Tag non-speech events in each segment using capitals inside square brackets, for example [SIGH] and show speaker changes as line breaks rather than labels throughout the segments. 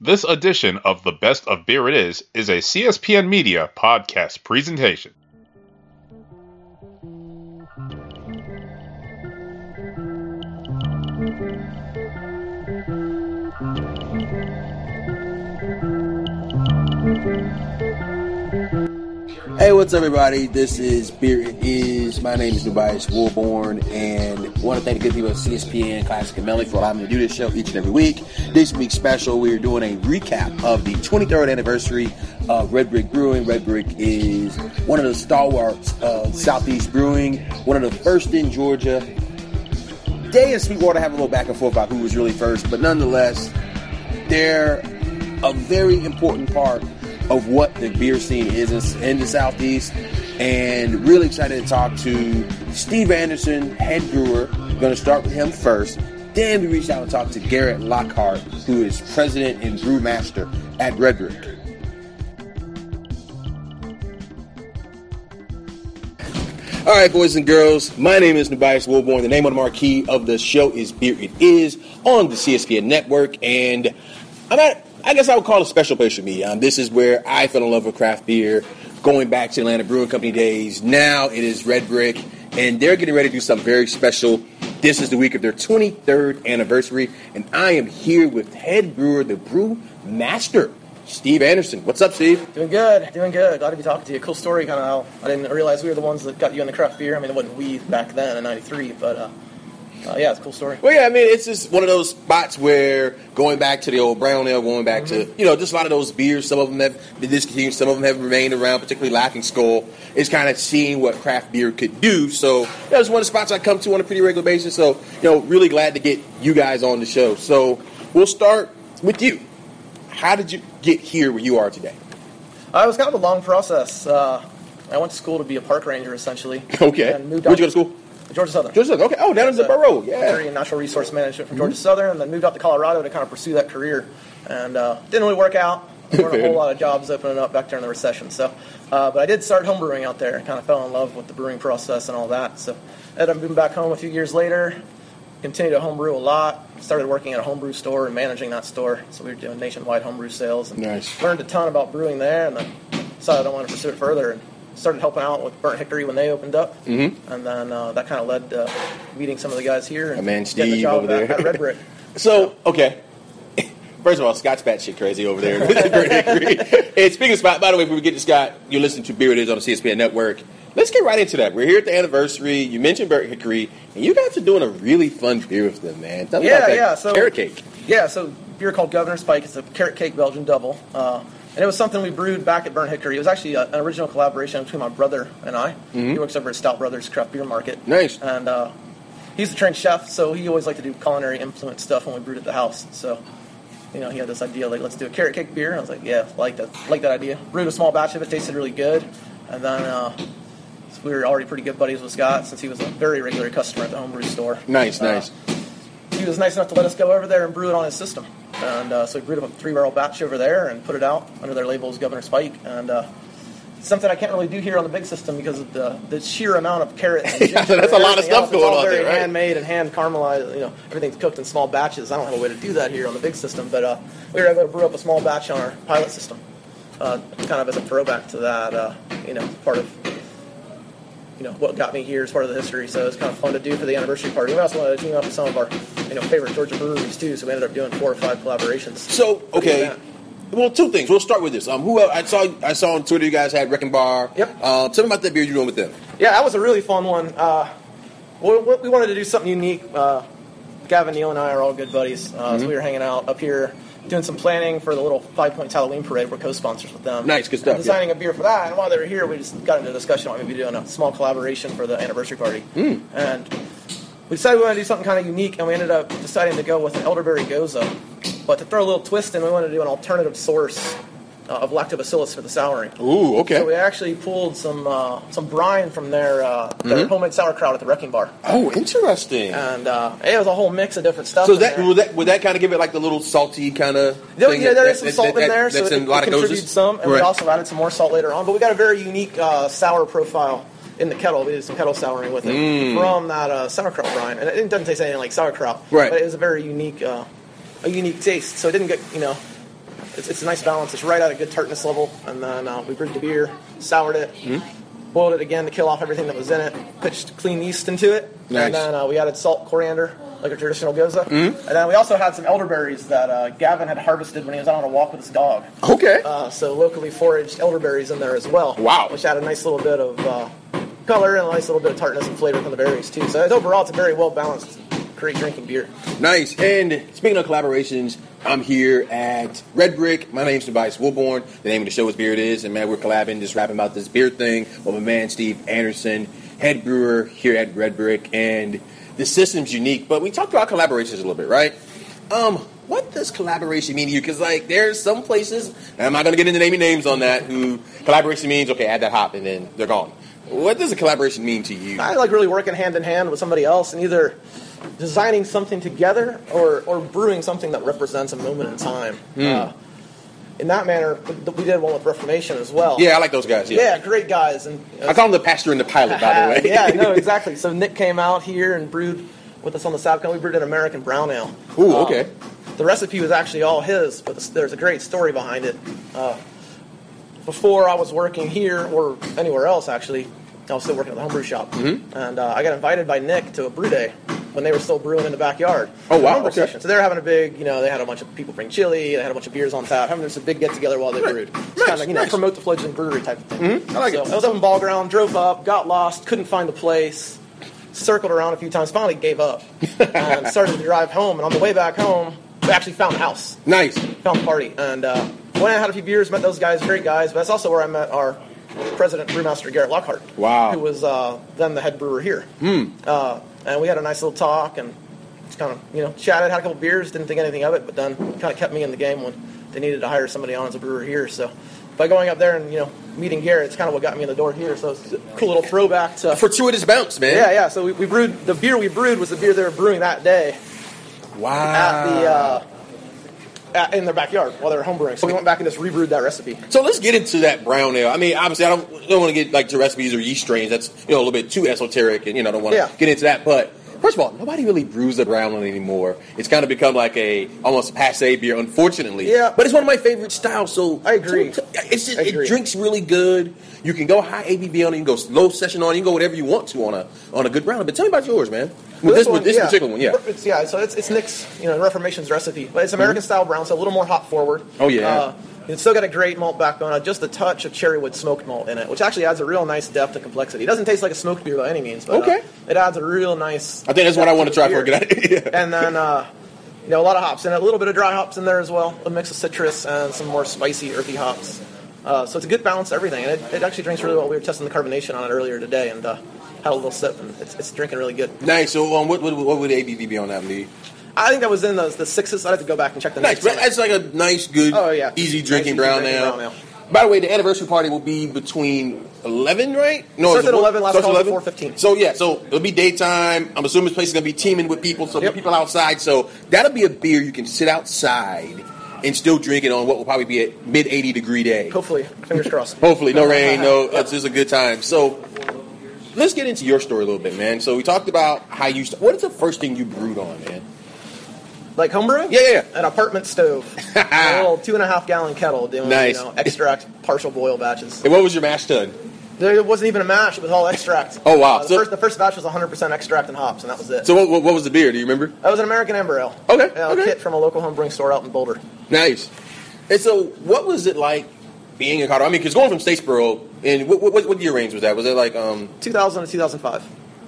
This edition of The Best of Beer It Is is a CSPN Media podcast presentation.
Hey, what's up, everybody? This is Beer It Is. My name is Tobias Woolborn, and I want to thank the good people at CSPN Classic and Melly for allowing me to do this show each and every week. This week's special, we are doing a recap of the 23rd anniversary of Red Brick Brewing. Red Brick is one of the stalwarts of Southeast Brewing, one of the first in Georgia. Day and Sweetwater have a little back and forth about who was really first, but nonetheless, they're a very important part of what the beer scene is in, in the Southeast. And really excited to talk to Steve Anderson, head brewer. Going to start with him first. Then we reached out and talked to Garrett Lockhart, who is president and brewmaster at Red Brick. All right, boys and girls, my name is Tobias Wilborn. The name on the marquee of the show is Beer It Is on the CSPN network, and I'm at, I guess I would call it a special place for me. Um, this is where I fell in love with craft beer, going back to Atlanta Brewing Company days. Now it is Red Brick, and they're getting ready to do something very special. This is the week of their 23rd anniversary, and I am here with head brewer, the brew master, Steve Anderson. What's up, Steve?
Doing good, doing good. Glad to be talking to you. Cool story, kind of how I didn't realize we were the ones that got you in the craft beer. I mean, it wasn't we back then in '93, but uh, uh, yeah, it's a cool story.
Well, yeah, I mean, it's just one of those spots where going back to the old brown ale, going back to you know, just a lot of those beers. Some of them have been discontinued, some of them have remained around. Particularly Laughing Skull is kind of seeing what craft beer could do. So that was one of the spots I come to on a pretty regular basis. So you know, really glad to get you guys on the show. So we'll start with you. How did you get here where you are today?
Uh, it was kind of a long process. Uh, I went to school to be a park ranger, essentially.
[LAUGHS] Okay,
And moved
where'd you go
out
to school?
Georgia Southern.
Georgia Southern. Okay. Oh, down in the
Uh,
borough. Yeah.
Engineering and natural resource management from Georgia Southern, and then moved out to Colorado to kind of pursue that career. And uh, didn't really
[LAUGHS]
work out. There weren't a whole lot of jobs opening up back during the recession. So, uh, but I did start homebrewing out there. and Kind of fell in love with the brewing process and all that. So, ended up moving back home a few years later. Continued to homebrew a lot. Started working at a homebrew store and managing that store. So we were doing nationwide homebrew sales and
Nice.
learned a ton about brewing there. And then decided I wanted to pursue it further and started helping out with Burnt Hickory when they opened up. Mm-hmm. And then uh, that kind of led to meeting some of the guys here and
My man
getting
Steve
the job
over
at,
there.
at Red Brick.
[LAUGHS] So okay. [LAUGHS] First of all, Scott's batshit crazy over there. [LAUGHS] and speaking of Scott, by the way, before we get to Scott, you're listening to Beer It Is on the CSPN Network. Let's get right into that. We're here at the anniversary. You mentioned Bert Hickory, and you guys are doing a really fun beer with them, man. Tell me
Yeah,
about that
yeah, so-
carrot cake.
Yeah, so beer called Governor's Pike. It's a carrot cake Belgian double. Uh, and it was something we brewed back at Burnt Hickory. It was actually a, an original collaboration between my brother and I.
Mm-hmm.
He works over at Stout Brothers Craft Beer Market.
Nice.
And uh, he's a trained chef, so he always liked to do culinary influence stuff when we brewed at the house. So, you know, he had this idea like, let's do a carrot cake beer. And I was like, yeah, like that, like that idea. Brewed a small batch of it, tasted really good. And then uh, we were already pretty good buddies with Scott since he was a very regular customer at the homebrew store.
Nice,
Uh,
nice.
he was nice enough to let us go over there and brew it on his system. And uh, so we brewed up a three barrel batch over there and put it out under their label as Governor Spike. And uh, it's something I can't really do here on the big system because of the, the sheer amount of carrots.
[LAUGHS]
And ginger
that's
and
a lot of
everything
stuff
else.
going
it's all
on
very
there, right?
Handmade and hand caramelized. You know, everything's cooked in small batches. I don't have a way to do that here on the big system, but uh, we were able to brew up a small batch on our pilot system, uh, kind of as a throwback to that. Uh, you know, part of you know what got me here is part of the history, so it's kind of fun to do for the anniversary party. We also wanted to team up with some of our you know favorite Georgia breweries too, so we ended up doing four or five collaborations.
So okay,
Yeah.
well, two things. We'll start with this. Um, who else? I saw I saw on Twitter you guys had Wrecking Bar.
Yep.
Uh, tell me about that beer you're doing with them.
yeah, that was a really fun one. Uh, we, we- we wanted to do something unique. Uh, Gavin Neal and I are all good buddies, uh,
Mm-hmm.
so we were hanging out up here doing some planning for the little Five Points Halloween Parade. We're co-sponsors with them.
Nice, good stuff,
And designing a beer for that, and while they were here, we just got into a discussion on maybe doing a small collaboration for the anniversary party.
Mm.
And we decided we wanted to do something kind of unique, and we ended up deciding to go with an elderberry goza. But to throw a little twist in, we wanted to do an alternative source uh, of lactobacillus for the souring.
Ooh, okay.
So we actually pulled some uh, some brine from their uh, their
Mm-hmm.
homemade sauerkraut at the wrecking bar,
Oh, interesting.
and uh, it was a whole mix of different stuff.
so
in
that
there.
would that would that kind of give it like the little salty kind of?
There- yeah, there is some salt in there, so it, it contributed some, and we also added some more salt later on. But we got a very unique uh, sour profile in the kettle. We did some kettle souring with it
Mm.
from that uh, sauerkraut brine, and it doesn't taste anything like sauerkraut.
Right.
But it was a very unique, uh, a unique taste. So it didn't get you know it's, it's a nice balance. It's right at a good tartness level, and then uh, we brewed the beer, soured it,
Hmm?
boiled it again to kill off everything that was in it, pitched clean yeast into it,
Nice. Hmm?
and then uh, we added salt, coriander, like a traditional goza, and then we also had some elderberries that uh, Gavin had harvested when he was out on a walk with his dog.
Okay.
Uh, so locally foraged elderberries in there as well.
Wow.
Which had a nice little bit of uh, color and a nice little bit of tartness and flavor from the berries too. So it's, overall, it's a very well balanced, great drinking beer.
Nice. And speaking of collaborations, I'm here at Red Brick. My name's Tobias Woolborn. The name of the show is Beer It Is, and man, we're collabing, just rapping about this beer thing with my man Steve Anderson, head brewer here at Red Brick. And the system's unique, but we talked about collaborations a little bit, right? Um, what does collaboration mean to you? Because like there's some places, and I'm not gonna get into naming names on that, who collaboration means okay, add that hop and then they're gone. What does a collaboration mean to you?
I like really working hand in hand with somebody else and either designing something together or, or brewing something that represents a moment in time.
Hmm.
Uh, in that manner, we did one with Reformation as well.
Yeah, I like those guys. Yeah.
Yeah, great guys. And uh,
I call them the pastor and the pilot, by the way.
[LAUGHS] yeah, no, exactly. So Nick came out here and brewed with us on the South Coast. We brewed an American brown ale.
Ooh,
Um,
okay.
the recipe was actually all his, but there's a great story behind it. Uh, before I was working here or anywhere else, actually, I was still working at the homebrew shop,
Mm-hmm.
and uh, I got invited by Nick to a brew day when they were still brewing in the backyard.
Oh, wow,
A homebrew
okay.
session. So they were having a big, you know, they had a bunch of people bring chili, they had a bunch of beers on tap, having just a big get together while they brewed. It's kind of you know
nice.
promote the fledgling brewery type of thing.
Mm-hmm. I like
so
it.
I was up in ball ground, drove up, got lost, couldn't find the place, circled around a few times, finally
[LAUGHS]
gave up, and started to drive home. And on the way back home, we actually found a house
Nice.
found the party and uh, went out had a few beers, met those guys, great guys. But that's also where I met our president brewmaster Garrett Lockhart.
Wow.
who was uh, then the head brewer here. Uh, and we had a nice little talk and just kind of you know chatted, had a couple beers, didn't think anything of it, but then kind of kept me in the game when they needed to hire somebody on as a brewer here. So by going up there and you know meeting Garrett, it's kind of what got me in the door here. So it's a cool little throwback to
Fortuitous bounce, man.
yeah, yeah. So we, we brewed the beer we brewed was the beer they were brewing that day
Wow.
at the uh, at, in their backyard while they were homebrewing. So we went back and just rebrewed that recipe.
so let's get into that brown ale. I mean, obviously, I don't, don't want to get like to recipes or yeast strains. That's you know a little bit too esoteric, and you know I don't want to
Yeah.
get into that. But first of all, nobody really brews the brown ale anymore. It's kind of become like a almost passe beer, unfortunately.
Yeah.
But it's one of my favorite styles. So
I agree.
so- it's just,
I agree.
It drinks really good. You can go high ABV on it. You can go low session on it. You can go whatever you want to on a on a good brown ale. But tell me about yours, man. With this, with this particular one, yeah.
It's, yeah, so it's, it's Nick's, you know, Reformation's recipe, but it's American style brown, so a little more hop forward.
Mm-hmm. Oh, yeah.
Uh, it's still got a great malt backbone, uh, just a touch of cherry wood smoked malt in it, which actually adds a real nice depth and complexity. It doesn't taste like a smoked beer by any means, but uh,
Okay.
it adds a real nice.
I think that's what I want to try for a
Beer.
good [LAUGHS] idea. Yeah.
and then uh, you know a lot of hops and a little bit of dry hops in there as well, a mix of citrus and some more spicy, earthy hops. Uh, so it's a good balance of everything, and it, it actually drinks really well. We were testing the carbonation on it earlier today, and uh, had a little sip, and it's, it's drinking really good.
Nice. So, um, what, what what would the ABV be on that, Lee?
I think that was in the, the sixes. I'd have to go back and check the
Nice.
next.
But that's like a nice, good,
Oh, yeah.
easy
Nice,
drinking
easy
brown
drinking
ale.
brown ale.
By the way, the anniversary party will be between eleven, right? No,
Starts
it's-
at 11, last
starts
call
at
at 4:15.
So yeah, so it'll be daytime. I'm assuming this place is gonna be teeming with people, so there'll be
Yep.
people outside. So that'll be a beer you can sit outside and still drink it on what will probably be a mid eighty degree day.
Hopefully, fingers crossed.
Hopefully, no
[LAUGHS]
rain, no. It's just a good time. So, let's get into your story a little bit, man. So we talked about how you. St- what is the first thing you brewed on, man?
Like homebrewing?
Yeah, yeah,
An apartment stove, a little two and a half gallon kettle doing
Nice.
you know, extract partial boil batches.
And what was your mash tun?
There wasn't even a mash; it was all extract.
Oh, wow.
Uh, the,
So-
first, the first batch was 100% extract and hops, and that was it.
So what, what, what was the beer? Do you remember?
That was an American Amber Ale.
Okay,
Uh,
okay.
A kit from a local homebrewing store out in Boulder.
Nice. And so, what was it like being in Colorado? I mean, because going from Statesboro, and what, what, what year range was that? Was it like, um,
2000 to 2005.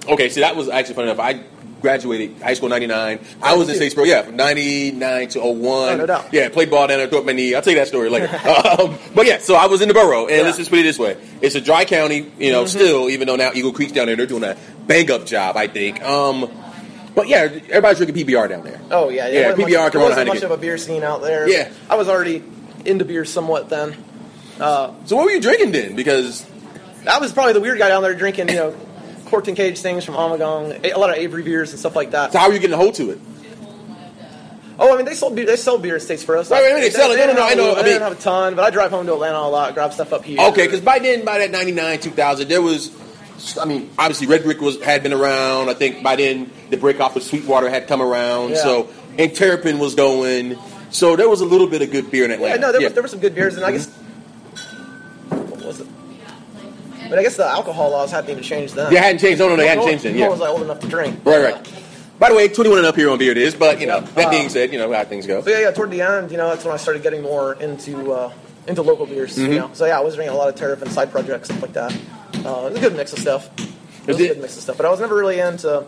okay, see, that was actually funny enough. I graduated high school in 99. I was in Statesboro, yeah, from 99 to 01.
Oh, no doubt.
Yeah, played ball down there, threw up my knee. I'll tell you that story
[LAUGHS]
later. um, but yeah, so I was in the borough, and let's
Yeah. Mm-hmm.
just put it this way it's a dry county, you know, still, even though now Eagle Creek's down there, they're doing a bang up job, I think. Um, but yeah, everybody's drinking PBR down there.
Oh yeah,
Yeah,
It wasn't
PBR, Corona
much, there wasn't
Heineken.
much of a beer scene out there.
Yeah.
I was already into beer somewhat then.
So, what were you drinking then? Because
I was probably the weird guy down there drinking, you know, [COUGHS] corked and cage things from Amagong, a lot of Avery beers and stuff like that.
so how are you getting a hold to it?
Oh, I mean, they sold beer, they sell beer in states for us.
Right, right, right, they sell it. No, no, no, I know, I
I
mean-
didn't have a ton, but I drive home to Atlanta a lot, grab stuff up here.
Okay, because by then, by that ninety nine, two thousand, there was. I mean, obviously, Red Brick was had been around. I think by then, the break off of Sweetwater had come around.
Yeah.
So, and Terrapin was going. So there was a little bit of good beer in Atlanta.
Yeah, no, there, Was, there were some good beers, and I guess what was it? But I guess the alcohol laws hadn't even changed then.
They hadn't changed. No, no, they hadn't
Nor-
changed it.
nor
Yeah.
was I old enough to drink.
Right, right. By the way, 21 and up here on beer it is, but you know
Yeah.
that being
Uh,
said, you know how things go.
But yeah, yeah. Toward the end, you know, that's when I started getting more into uh, into local beers.
Mm-hmm.
You know, so yeah, I was drinking a lot of Tariff and side projects stuff like that. Uh, it was a good mix of stuff. It was
Is it-
a good mix of stuff, but I was never really into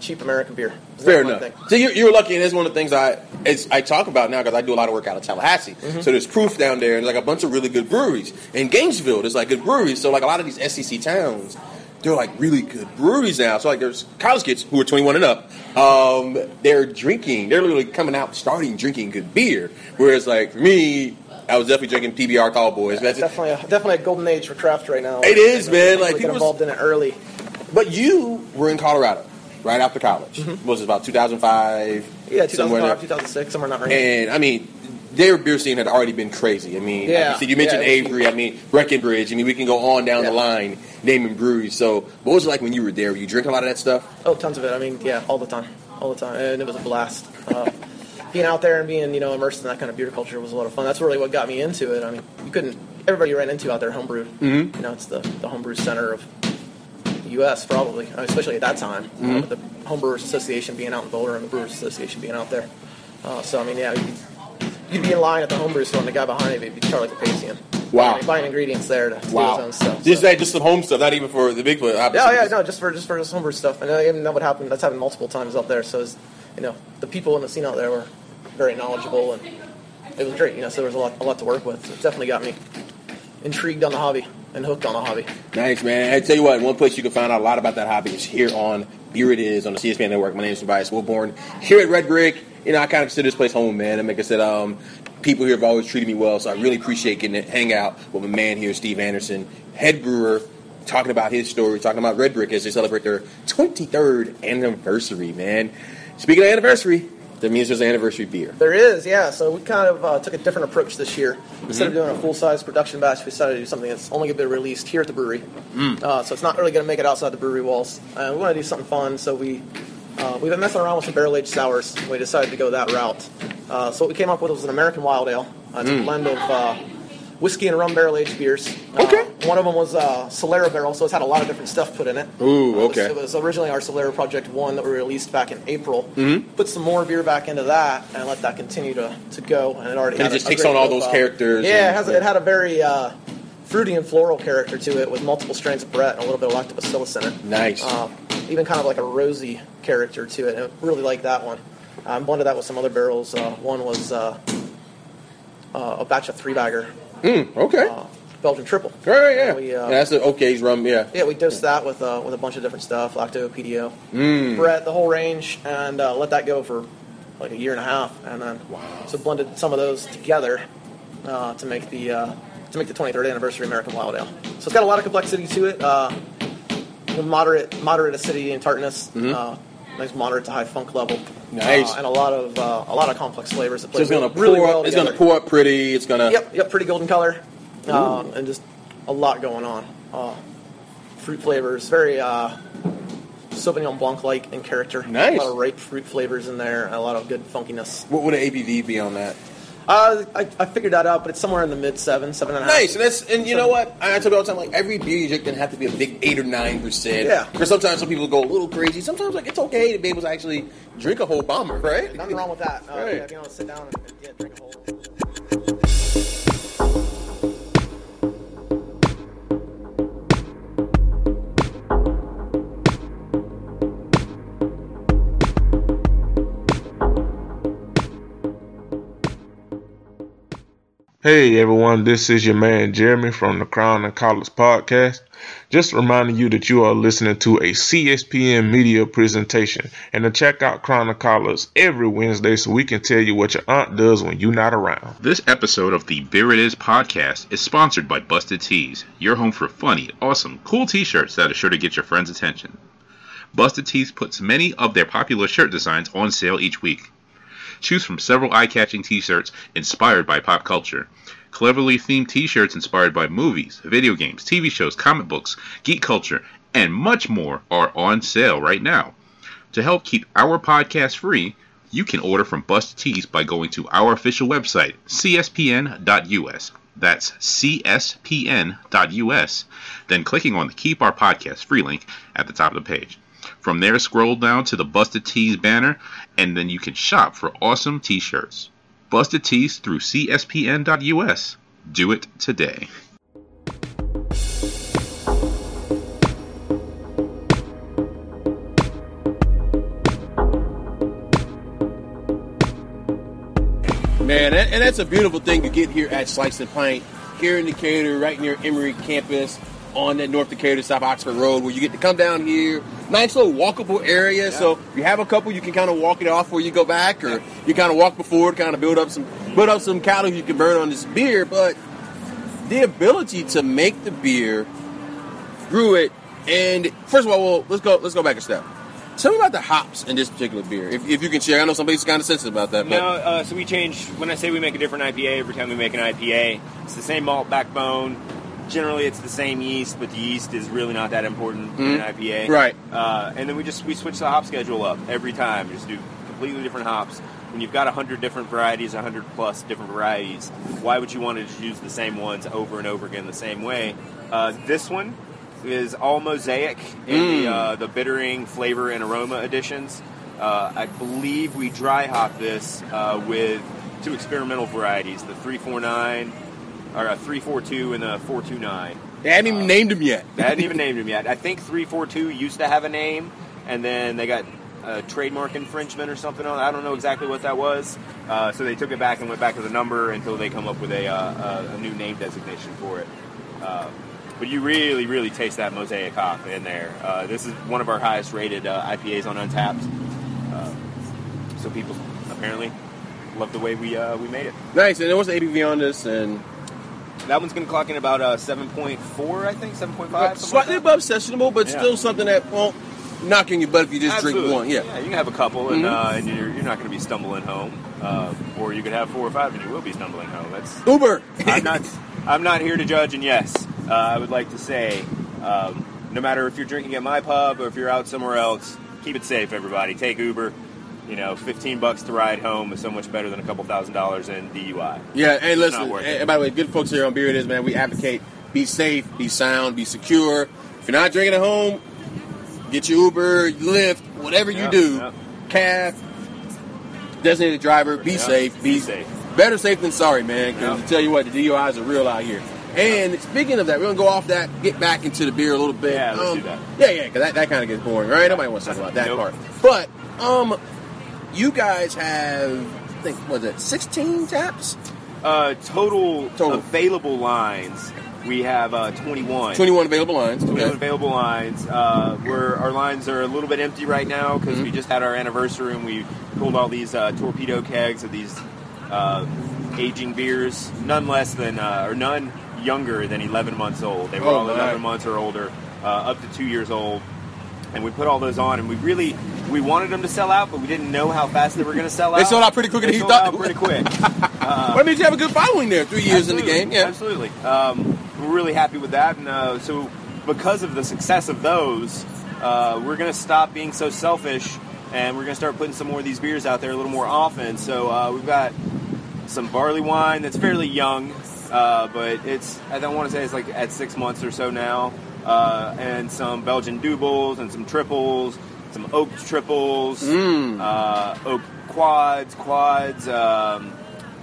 cheap American beer. It was
Fair
never my
enough.
thing.
So you're, you're lucky, and it's one of the things I it's, I talk about now because I do a lot of work out of Tallahassee. So there's proof down there, and like a bunch of really good breweries. In Gainesville, there's like good breweries. So like a lot of these SEC towns, they're like really good breweries now. So like there's college kids who are 21 and up. Um, they're drinking. They're literally coming out, starting drinking good beer. Whereas like for me, I was definitely drinking PBR Callboys. That's it.
Definitely, a, definitely a golden age for craft right now.
It is, man. Like,
people get
people's-
involved in it early.
But you were in Colorado right after college. Was it about 2005?
Yeah,
somewhere there.
2005, 2006, somewhere not right.
And I mean, their beer scene had already been crazy. I mean,
Yeah.
like you, said, you mentioned
Yeah, it was
Avery. I mean, Breckenridge. I mean, we can go on down
Yeah.
the line naming breweries. So, what was it like when you were there? Were you drinking a lot of that stuff?
Oh, tons of it. I mean, yeah, all the time, all the time, and it was a blast. Uh, being out there and being you know immersed in that kind of beer culture was a lot of fun. That's really what got me into it. I mean, you couldn't. Everybody you ran into out there homebrewed. Mm-hmm. You know, it's the the homebrew center of the U.S. probably, uh, especially at that time. you
Mm-hmm.
know, with the homebrewers association being out in Boulder and the brewers association being out there. Uh, so I mean, yeah. You'd, You'd be in line at the homebrew store, and the guy behind you would be Charlie Capasian.
Wow.
buying ingredients there to do his own stuff.
Just
so.
that, just some home stuff, not even for the big place.
Yeah, Oh, yeah, no, just for just for the summer stuff, and uh, even that would happen. That's happened multiple times up there. So, it's, you know, the people in the scene out there were very knowledgeable, and it was great. You know, so there was a lot, a lot to work with. So it definitely got me intrigued on the hobby and hooked on the hobby.
Nice, man. I tell you what, one place you can find out a lot about that hobby is here on Beer It Is on the CSPN Network. My name is Tobias Wilborn. Here at Red Brick, you know, I kind of consider this place home, man. And like I said, um, people here have always treated me well, so I really appreciate getting to hang out with my man here, Steve Anderson, head brewer, talking about his story, talking about Red Brick as they celebrate their 23rd anniversary, man. Speaking of anniversary, that means there's an anniversary beer.
There is, yeah. So we kind of uh, took a different approach this year. Instead of
Mm-hmm.
doing a full size production batch, we decided to do something that's only going to be released here at the brewery.
Mm.
Uh, so it's not really going to make it outside the brewery walls. And we want to do something fun, so we uh, we've been messing around with some barrel aged sours. and We decided to go that route. Uh, so what we came up with was an American Wild Ale. Uh,
Mm.
it's a blend of uh, whiskey and rum barrel aged beers. Uh,
Okay.
one of them was uh, Solera barrel, so it's had a lot of different stuff put in it.
Ooh,
Uh, it was-
okay.
it was originally our Solera Project 1 that we released back in April.
Mm-hmm.
Put some more beer back into that and let that continue to, to go. And it already
And it
had a-
just
a
takes
great
on all those
profile.
characters
Yeah, it,
and-
has, it had a very uh, fruity and floral character to it with multiple strains of Brett and a little bit of lactobacillus in it.
Nice.
Uh, even kind of like a rosy character to it. And I really like that one. Um, blended that with some other barrels. Uh, one was uh, uh, a batch of three bagger,
Mm, Okay.
uh, Belgian triple.
All right, yeah.
And we, uh,
yeah. That's the OK's rum, yeah.
yeah, we dosed that with uh, with a bunch of different stuff, lacto, PDO, mm. Brett, the whole range, and uh, let that go for like a year and a half, and then so blended some of those together uh, to make the uh, to make the 23rd anniversary American Wild Ale. So it's got a lot of complexity to it, uh, moderate moderate acidity and tartness, uh, nice moderate to high funk level,
Mm-hmm. Nice.
uh, and a lot of uh, a lot of complex flavors that
So
play
it's gonna pour
really well
up. It's gonna
together.
pour up pretty. It's gonna.
Yep, yep, pretty golden color, um, and just a lot going on. Uh, fruit flavors, very uh, Sauvignon Blanc like in character.
Nice.
A lot of ripe fruit flavors in there, and a lot of good funkiness.
What would an ABV be on that?
Uh, I, I figured that out, but it's somewhere in the mid seven, seven and a half.
Nice, and that's and you know what? I I tell people all the time, like every beer you drink doesn't have to be a big eight or nine percent.
Yeah.
Because sometimes some people go a little crazy. Sometimes like it's okay to be able to actually drink a whole bomber, right?
Nothing wrong with that. Uh,
Right.
yeah, if you want to sit down and yeah, drink a whole.
Hey everyone, this is your man Jeremy from the Crown and Collars podcast. Just reminding you that you are listening to a CSPN media presentation and to check out Crown and Collars every Wednesday so we can tell you what your aunt does when you're not around. This episode of the Beer It Is podcast is sponsored by Busted Tees, your home for funny, awesome, cool t shirts that are sure to get your friends' attention. Busted Tees puts many of their popular shirt designs on sale each week. Choose from several eye catching t shirts inspired by pop culture. Cleverly themed t shirts inspired by movies, video games, TV shows, comic books, geek culture, and much more are on sale right now. To help keep our podcast free, You can order from Busta Teas by going to our official website, cspn.us. That's cspn.us. Then clicking on the Keep Our Podcast free link at the top of the page. From there, scroll down to the Busted Tees banner, and then you can shop for awesome t shirts. Busted Tees through cspn.us. Do it today.
Man, that, and that's a beautiful thing to get here at Slice and Pint, here in Decatur, right near Emory campus, on that North Decatur South Oxford Road, where you get to come down here. Nice little walkable area. So if you have a couple, you can kind of walk it off where you go back, or you kind of walk before, kind of build up some build up some calories you can burn on this beer. But the ability to make the beer, brew it, and first of all, well, let's go let's go back a step. Tell me about the hops in this particular beer, if, if you can share. I know somebody's kind of sensitive about that, but
No, uh, so we change. When I say we make a different IPA every time we make an IPA, it's the same malt backbone. Generally, it's the same yeast, but the yeast is really not that important
Hmm.
in an IPA.
Right.
Uh, and then we just we switch the hop schedule up every time. Just do completely different hops. When you've got hundred different varieties, hundred plus different varieties, why would you want to just use the same ones over and over again the same way? Uh, this one is all mosaic in the, uh, the bittering, flavor, and aroma additions. Uh, I believe we dry hop this uh, with two experimental varieties: the three four nine, or three four two, and the four two nine.
they haven't even named them yet.
They hadn't even named him yet. I think 342 used to have a name, and then they got a trademark infringement or something. on I don't know exactly what that was. Uh, so they took it back and went back to the number until they come up with a, uh, a, a new name designation for it. Uh, but you really, really taste that mosaic hop in there. Uh, this is one of our highest rated uh, IPAs on Untapped. Uh, so people apparently love the way we uh, we made it.
[LAUGHS] Nice. And what's the ABV on this? And
That one's going to clock in about uh, 7.4, I think, 7.5. something like
slightly
that.
above sessionable, but
Yeah.
still something that won't knock in your butt if you just
Absolutely.
drink one. Yeah. Mm-hmm.
you can have a couple, and, uh, and you're, you're not going to be stumbling home. Uh, or you could have four or five, and you will be stumbling home. That's
Uber. [LAUGHS]
I'm not I'm not here to judge. And yes, uh, I would like to say, um, no matter if you're drinking at my pub or if you're out somewhere else, keep it safe, everybody. Take Uber. You know, 15 bucks to ride home is so much better than a couple thousand dollars in DUI.
yeah. And
not
listen.
worth
And,
it.
and by the way, good folks here on Beer It Is, man. We advocate be safe, be sound, be secure. If you're not drinking at home, get your Uber, Lyft, whatever you
Yeah,
do,
yeah.
cab, designated driver. Be
Yeah,
safe. Be,
be safe.
Better safe than sorry, man. Because
Yeah.
I tell you what, the DUIs are real out here. And speaking of that, we're gonna go off that, get back into the beer a little bit. Um,
Yeah, let's do that.
Yeah, yeah, because that, that kind of gets boring, right? Nobody wants to talk about that
Nope.
part. But um, you guys have, I think, was it 16 taps?
Uh, total,
Total.
available lines, we have uh, 21.
21 available lines.
We have
Okay.
available lines. Uh, we're, our lines are a little bit empty right now because
Mm-hmm.
we just had our anniversary and we pulled all these uh, torpedo kegs of these uh, aging beers, none less than uh, or none younger than 11 months old. They were
Oh,
all 11
my.
months or older, uh, up to two years old, and we put all those on. And we really we wanted them to sell out, but we didn't know how fast they were going to sell out.
They sold out pretty quicker
They
than you
sold
thought.
out pretty quick.
Well, I mean, you have a good following there, three years in the game. Yeah.
Absolutely. Um, we're really happy with that. And uh, so, because of the success of those, uh, we're going to stop being so selfish and we're going to start putting some more of these beers out there a little more often. So, uh, we've got some barley wine that's fairly young, uh, but it's, I don't want to say it's like at six months or so now, uh, and some Belgian doubles and some triples, some oak triples,
Mm.
uh, oak quads, quads. Um,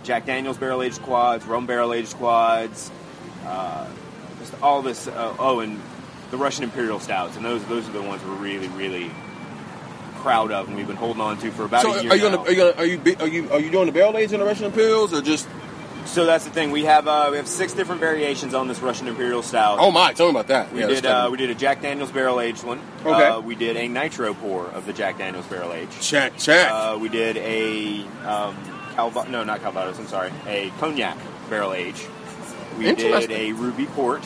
Jack Daniels barrel aged quads, rum barrel aged quads, uh, just all this. Uh, oh, and the Russian Imperial stouts, and those those are the ones we're really really proud of, and we've been holding on to for about
So
a year.
are you, gonna,
now.
are you gonna are you bi- are you are you doing the barrel age in the Russian Imperials or just?
so that's the thing. We have uh, we have six different variations on this Russian Imperial stout.
Oh my! Tell me about that.
We
Yeah, that's
did uh,
fucking-
we did a Jack Daniels barrel aged one.
Okay.
Uh, we did a nitro pour of the Jack Daniels barrel aged.
check check.
Uh, we did a um, Calva- no, not Calvados. I'm sorry, a cognac barrel age. We did
Interesting.
a ruby port,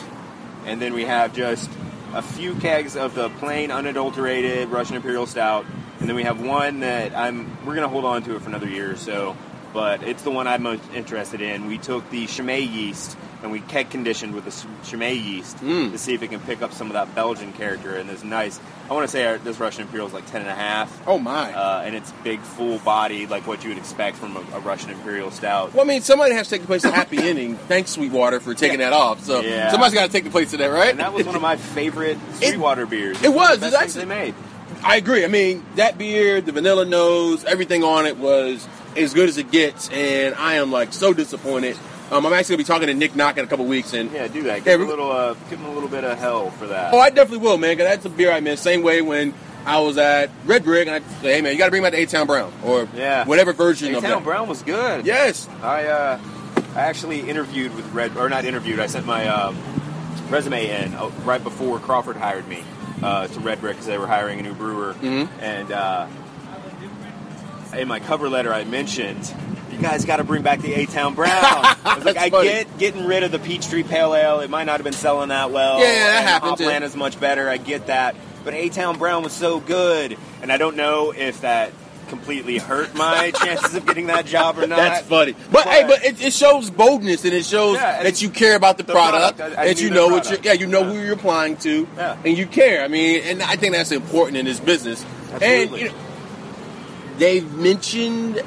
and then we have just a few kegs of the plain, unadulterated Russian Imperial Stout, and then we have one that I'm we're gonna hold on to it for another year or so. but it's the one I'm most interested in. We took the Chimay yeast and we keg conditioned with the Chimay yeast to see if it can pick up some of that Belgian character and this nice. I want to say our, this Russian Imperial is like 10 and a half.
Oh my.
Uh, and it's big, full body, like what you would expect from a, a Russian Imperial Stout.
well, I mean, somebody has to take the place of
[COUGHS]
happy ending. Thanks, Sweetwater, for taking that off. So
Yeah.
somebody's got to take the place of that, right?
And that was one of my favorite Sweetwater beers.
it was.
The
It's
best things
actually-
they made.
I agree. I mean, that beer, the vanilla nose, everything on it was as good as it gets, and I am like so disappointed. Um, I'm actually gonna be talking to Nick Knock in a couple weeks, and
Yeah, do that. Give
Yeah,
them
we-
a little, uh, give them a little bit of hell for that.
oh, I definitely will, man. Cause that's a beer I miss. Same way when I was at Red Brick, and I say, hey man, you gotta bring back the A Town Brown or
Yeah.
whatever version of
Town
that.
Brown was good.
Yes,
I uh, I actually interviewed with Red, or not interviewed. I sent my um, resume in uh, right before Crawford hired me uh, to Red Brick because they were hiring a new brewer,
Mm-hmm.
and uh, in my cover letter I mentioned. You guys got to bring back the A Town
[LAUGHS]
Brown. I was like,
That's
I
funny.
get getting rid of the Peachtree Pale Ale. It might not have been selling that well.
Yeah, yeah, that
and
happens, yeah.
Hopland is much better. I get that, but A Town Brown was so good, and I don't know if that completely hurt my [LAUGHS] chances of getting that job or not.
that's funny. But, hey,
but-
but it, it shows boldness, and it shows
Yeah, and
that you care about the,
the
product,
product. I- I
that
knew
you
the
know what you're,
product.
yeah, you know
Yeah.
who you're applying to,
Yeah.
and you care. I mean, and I think that's important in this business. And
Absolutely.
you know, they've mentioned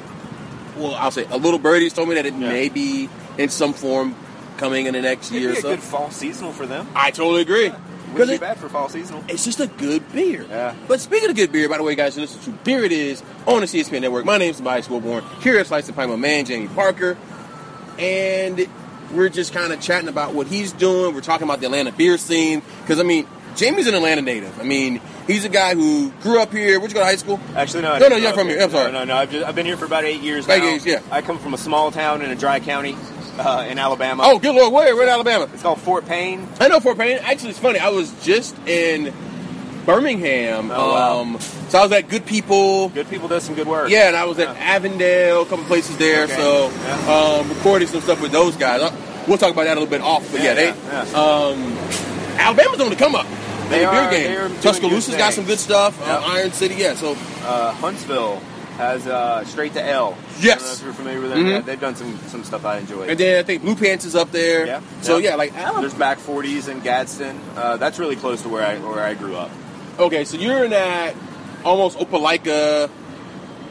well i'll say a little birdie's told me that it
Yeah.
may be in some form coming in the next
It'd
year
be
or
a
so
good fall seasonal for them.
i totally agree
Wouldn't be
it-
bad for fall seasonal.
it's just a good beer
Yeah.
but speaking of good beer by the way guys you listen to beer it is on the cspn network my name's Tobias Wilborn. here at slice of pie my man jamie parker and we're just kind of chatting about what he's doing we're talking about the atlanta beer scene because i mean jamie's an atlanta native i mean he's a guy who grew up here where'd you go to high school
Actually, no. I
No, no,
didn't
you're
grow
from
up
here. I'm sorry.
No, no, no. I've, just, I've been here for about eight years
Eight
now.
years, yeah.
I come from a small town in a dry county uh, in Alabama.
oh good lord where where in alabama
It's called Fort Payne.
I know Fort Payne. Actually, it's funny. I was just in Birmingham.
Oh, wow.
um, so I was at Good People.
Good people does some good work.
Yeah, and I was at
Yeah.
Avondale, a couple places there.
Okay.
So
Yeah.
um, recording some stuff with those guys. I, we'll talk about that a little bit off. But yeah,
Yeah,
they
yeah,
Um, Alabama's on the come up.
They
in the
are-
beer game.
they are doing
Tuscaloosa's
good
got some
things.
good stuff.
Yeah.
Uh, Iron City, yeah. So
Uh, Huntsville has uh, Straight to L.
Yes.
I don't know if you're familiar with them.
Mhm.
Yeah, they've done some, some stuff I enjoy.
and then I think Blue Pants is up there.
Yeah.
So
Yeah.
yeah, like Alabama.
There's back 40s in Gadsden. Uh, that's really close to where I where I grew up.
Okay, so you're in that almost Opelika.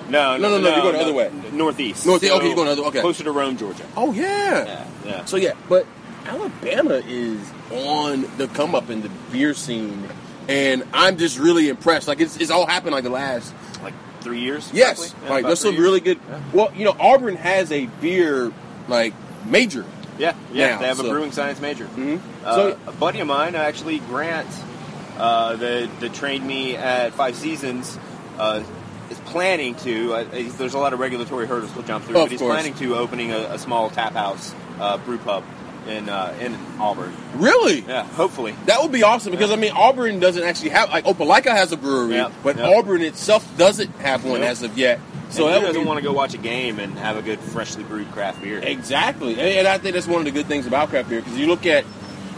No,
No, no, no, you're going the other way.
Northeast.
Northeast, okay, you're going the other- okay.
Closer to Rome, Georgia.
Oh
Yeah, yeah.
So yeah, but Alabama is on the come up in the beer scene, and I'm just really impressed. Like it's, it's all happened like the last
like three years.
yes,
roughly? Yeah,
like
about
there's
three
some
years.
really good. Well, you know Auburn has a beer like major.
Yeah, yeah.
now,
they have
so-
a brewing science major.
Mhm.
Uh,
So-
a buddy of mine, actually, Grant, uh, that that trained me at Five Seasons, uh, is planning to. Uh, he's- there's a lot of regulatory hurdles to jump through,
Of
but he's
course.
planning to opening a, a small tap house, uh, brew pub in uh, in Auburn.
Really.
Yeah, hopefully.
That would be awesome because I mean Auburn doesn't actually have like Opelika has a brewery,
Yep,
but
yep.
Auburn itself doesn't have one
Nope.
as of yet. So
So
that
and who
would
doesn't
be
want to go watch a game and have a good freshly brewed craft beer?
Exactly, and, and I think that's one of the good things about craft beer because you look at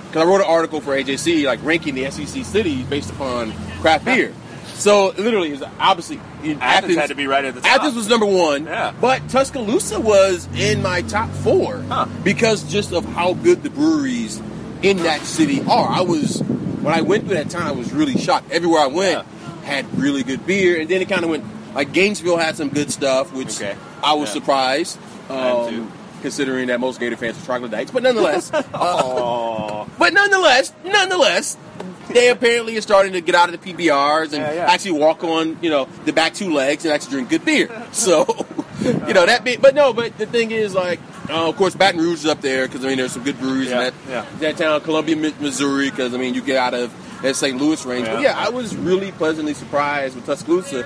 because I wrote an article for AJC like ranking the SEC cities based upon craft beer. So literally, it's obviously in
Athens,
Athens.
had to be right at the top.
Athens was number one,
Yeah.
but Tuscaloosa was in my top four
Huh.
because just of how good the breweries in that city are. I was when I went through that time, I was really shocked. Everywhere I went, had really good beer, and then it kind of went like Gainesville had some good stuff, which
Okay.
I was
Yeah.
surprised.
am
um,
too.
Considering that most Gator fans are troglodytes, but
[LAUGHS]
nonetheless, uh,
Oh,
but nonetheless, nonetheless, they apparently are starting to get out of the PBRs and
Yeah, yeah.
actually walk on, you know, the back two legs and actually drink good beer. So, [LAUGHS] you know that. Be, but no, but the thing is, like, uh, of course, Baton Rouge is up there because I mean, there's some good breweries in
Yeah,
that
yeah.
that town, Columbia, Mi- Missouri, because I mean, you get out of that St. Louis range. But
Yeah.
yeah, I was really pleasantly surprised with Tuscaloosa,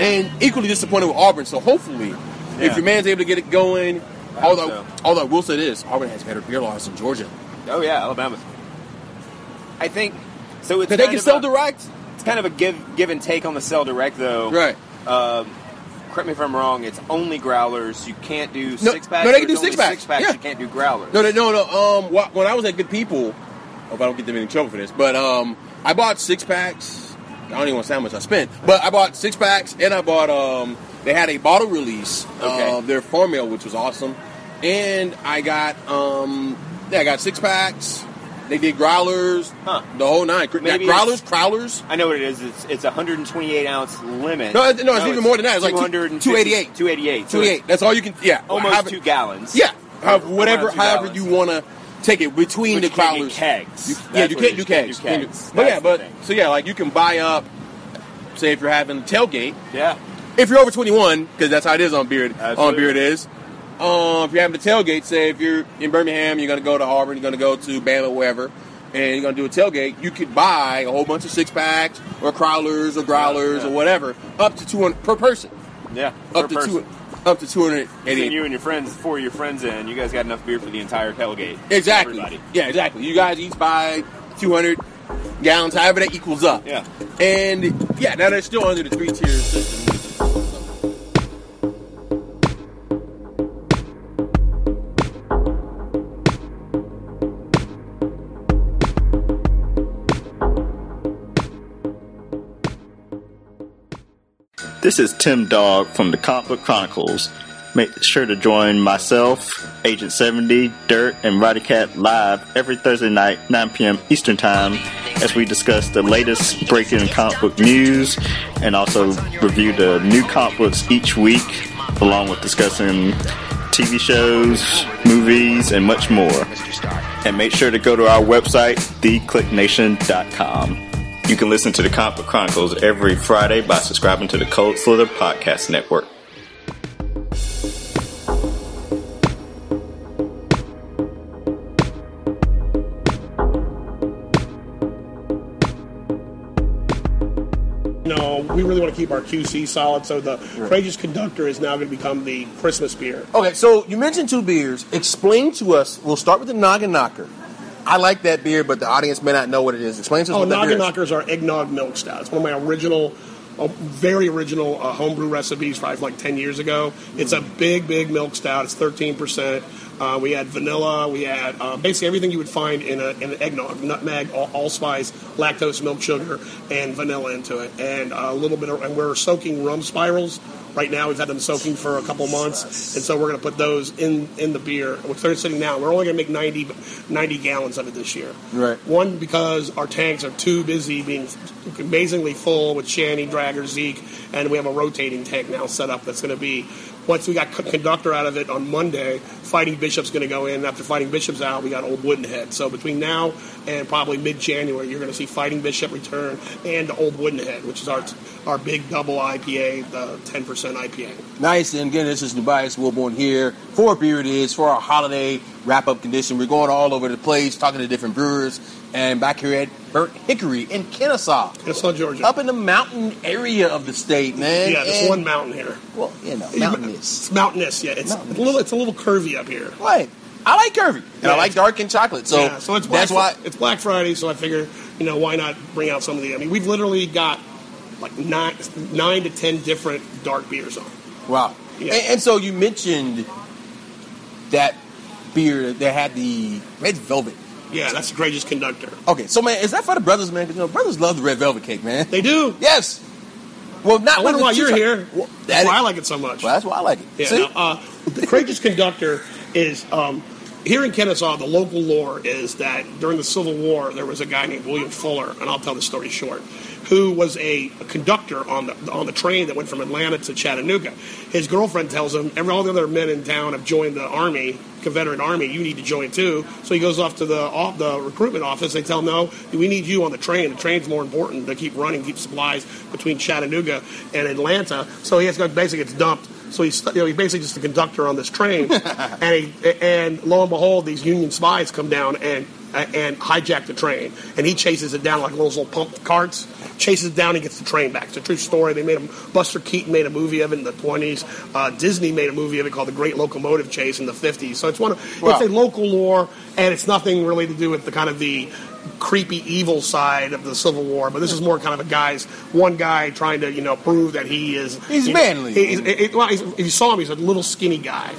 and equally disappointed with Auburn. So hopefully, if
Yeah.
your man's able to get it going.
I hope
Although,
so.
although I will say this, Auburn has better beer laws than Georgia.
oh yeah, Alabama. I think so. It's
That they
kind
can
of
sell
a-
direct.
It's kind of a give give and take on the sell direct though.
Right.
Um, correct me if I'm wrong. It's only growlers. You can't do
No,
six packs.
no, they can do
There's only
six packs.
Six packs.
Yeah.
You can't do growlers.
No, no, no, no. Um, wh- when I was at Good People, hope I don't get them in trouble for this, but um, I bought six packs. I don't even want to say how much I spent, but I bought six packs and I bought um, They had a bottle release
Okay.
of their formula, which was awesome. And I got um, yeah, I got six packs. They did growlers,
Huh.
the whole nine. Cr-
Maybe
not growlers, crowlers.
I know what it is. It's it's a 128 ounce limit.
No, it- no, it's even more than that. It's like two-
250
288.
288. so
Two eight. That's all you can. Yeah,
Almost
However-
two gallons.
Yeah, however, whatever,
Around two
however
gallons.
you want to take it between
But
the
you can't
crowlers.
get kegs.
You-
That's
yeah, you
what it
can't
is.
do
You can't
kegs.
do
You can't do-
kegs.
But
That's
yeah,
the
but
thing.
so yeah, like you can buy up. Say if you're having tailgate,
Yeah.
if you're over 21, because that's how it is on beard. On
Absolutely.
beard is. Um, if you're having a tailgate, say if you're in Birmingham, you're gonna go to Harvard, you're gonna go to Bama, wherever, and you're gonna do a tailgate. You could buy a whole bunch of six packs or crowlers or growlers
yeah.
or whatever, up to 200 per person,
Yeah.
up
per
to
person.
two, up to 288.
And you and your friends, four of your friends in, you guys got enough beer for the entire tailgate.
Exactly.
Everybody.
Yeah, exactly. You guys each buy 200 gallons, however that equals up.
Yeah.
And yeah, now they're still under the three tier system.
This is Tim Dog from the Comic Book Chronicles. Make sure to join myself, Agent 70, Dirt, and Roddy Cat live every Thursday night, 9 p.m. Eastern Time, as we discuss the latest breaking comic book news and also review the new comic books each week, along with discussing TV shows, movies, and much more. And make sure to go to our website, theclicknation.com. You can listen to the Comic Book Chronicles every Friday by subscribing to the Cold Slither Podcast Network.
You know, we really want to keep our QC solid, so the Courageous Conductor is now going to become the Christmas beer.
Okay, so you mentioned two beers. Explain to us. We'll start with the Noggin Knocker. I like that beer, but the audience may not know what it is. Explain to us
Oh,
what that beer
Noggin
is.
Knockers are eggnog milk stout. It's one of my original, uh, very original uh, homebrew recipes, probably like 10 years ago. It's a big, big milk stout. It's 13%. Uh, we had vanilla. We had uh, basically everything you would find in, a, in an eggnog nutmeg, all, allspice, lactose, milk sugar, and vanilla into it. And a little bit of, and we're soaking rum spirals. Right now, we've had them soaking for a couple months, and so we're going to put those in, in the beer. We're they're sitting now. We're only going to make 90, 90 gallons of it this year.
Right.
One, because our tanks are too busy being amazingly full with Shanny, Dragger, Zeke, and we have a rotating tank now set up that's going to be. Once we got C- conductor out of it on Monday, Fighting Bishop's going to go in. After Fighting Bishop's out, we got Old Woodenhead. So between now and probably mid-January, you're going to see Fighting Bishop return and Old Woodenhead, which is our t- our big double IPA, the 10% IPA.
Nice, and again, this is Nubias Wilborn here for Beer It Is, for our holiday wrap up condition. We're going all over the place, talking to different brewers, and back here at Burnt Hickory in Kennesaw,
Kennesaw, Georgia.
up in the mountain area of the state, man.
yeah, there's
And-
one mountain here.
Well, you know,
It's
mountainous.
mountainous. Yeah, it's
Mountainous.
a little. It's a little curvy up here.
Right. I like curvy, and
Yeah.
I like dark and chocolate. So,
yeah, so it's Black
that's why.
Fri- it's Black Friday. So I figure, you know, why not bring out some of the? I mean, we've literally got like nine, nine to ten different dark beers on.
Wow.
Yeah.
And, and so you mentioned that beer that had the red velvet.
Yeah, that's the courageous conductor.
Okay, so man, is that for the brothers, man? 'Cause, you know, brothers love the red velvet cake,
[LAUGHS]
man.
They do.
Yes. Well, not
I wonder
with the
why you're
two-
here.
Well, that
That's
is-
why I like it so much.
well, that's why I like it.
Yeah,
See?
no, uh, the courageous conductor is um, here in Kennesaw. The local lore is that during the Civil War, there was a guy named William Fuller, and I'll tell the story short, who was a, a conductor on the on the train that went from Atlanta to Chattanooga. His girlfriend tells him, "Every all the other men in town have joined the army, Confederate Army. You need to join too." So he goes off to the off the recruitment office. They tell him, "No, we need you on the train. The train's more important to keep running, keep supplies between Chattanooga and Atlanta." So he has to basically gets dumped. So he's you know he's basically just the conductor on this train, and he, and lo and behold, these Union spies come down and and hijack the train, and he chases it down like one of those little pump carts, chases it down and gets the train back. It's a true story. They made a Buster Keaton made a movie of it in the twenties. Uh, Disney made a movie of it called The Great Locomotive Chase in the fifties. So it's one of,
Wow.
it's a local lore, and it's nothing really to do with the kind of the creepy evil side of the Civil War, but this is more kind of a guy's one guy trying to you know prove that he is
He's
you
manly.
he's- it- it- well, he's- if you saw him, he's a little
[LAUGHS]
skinny guy,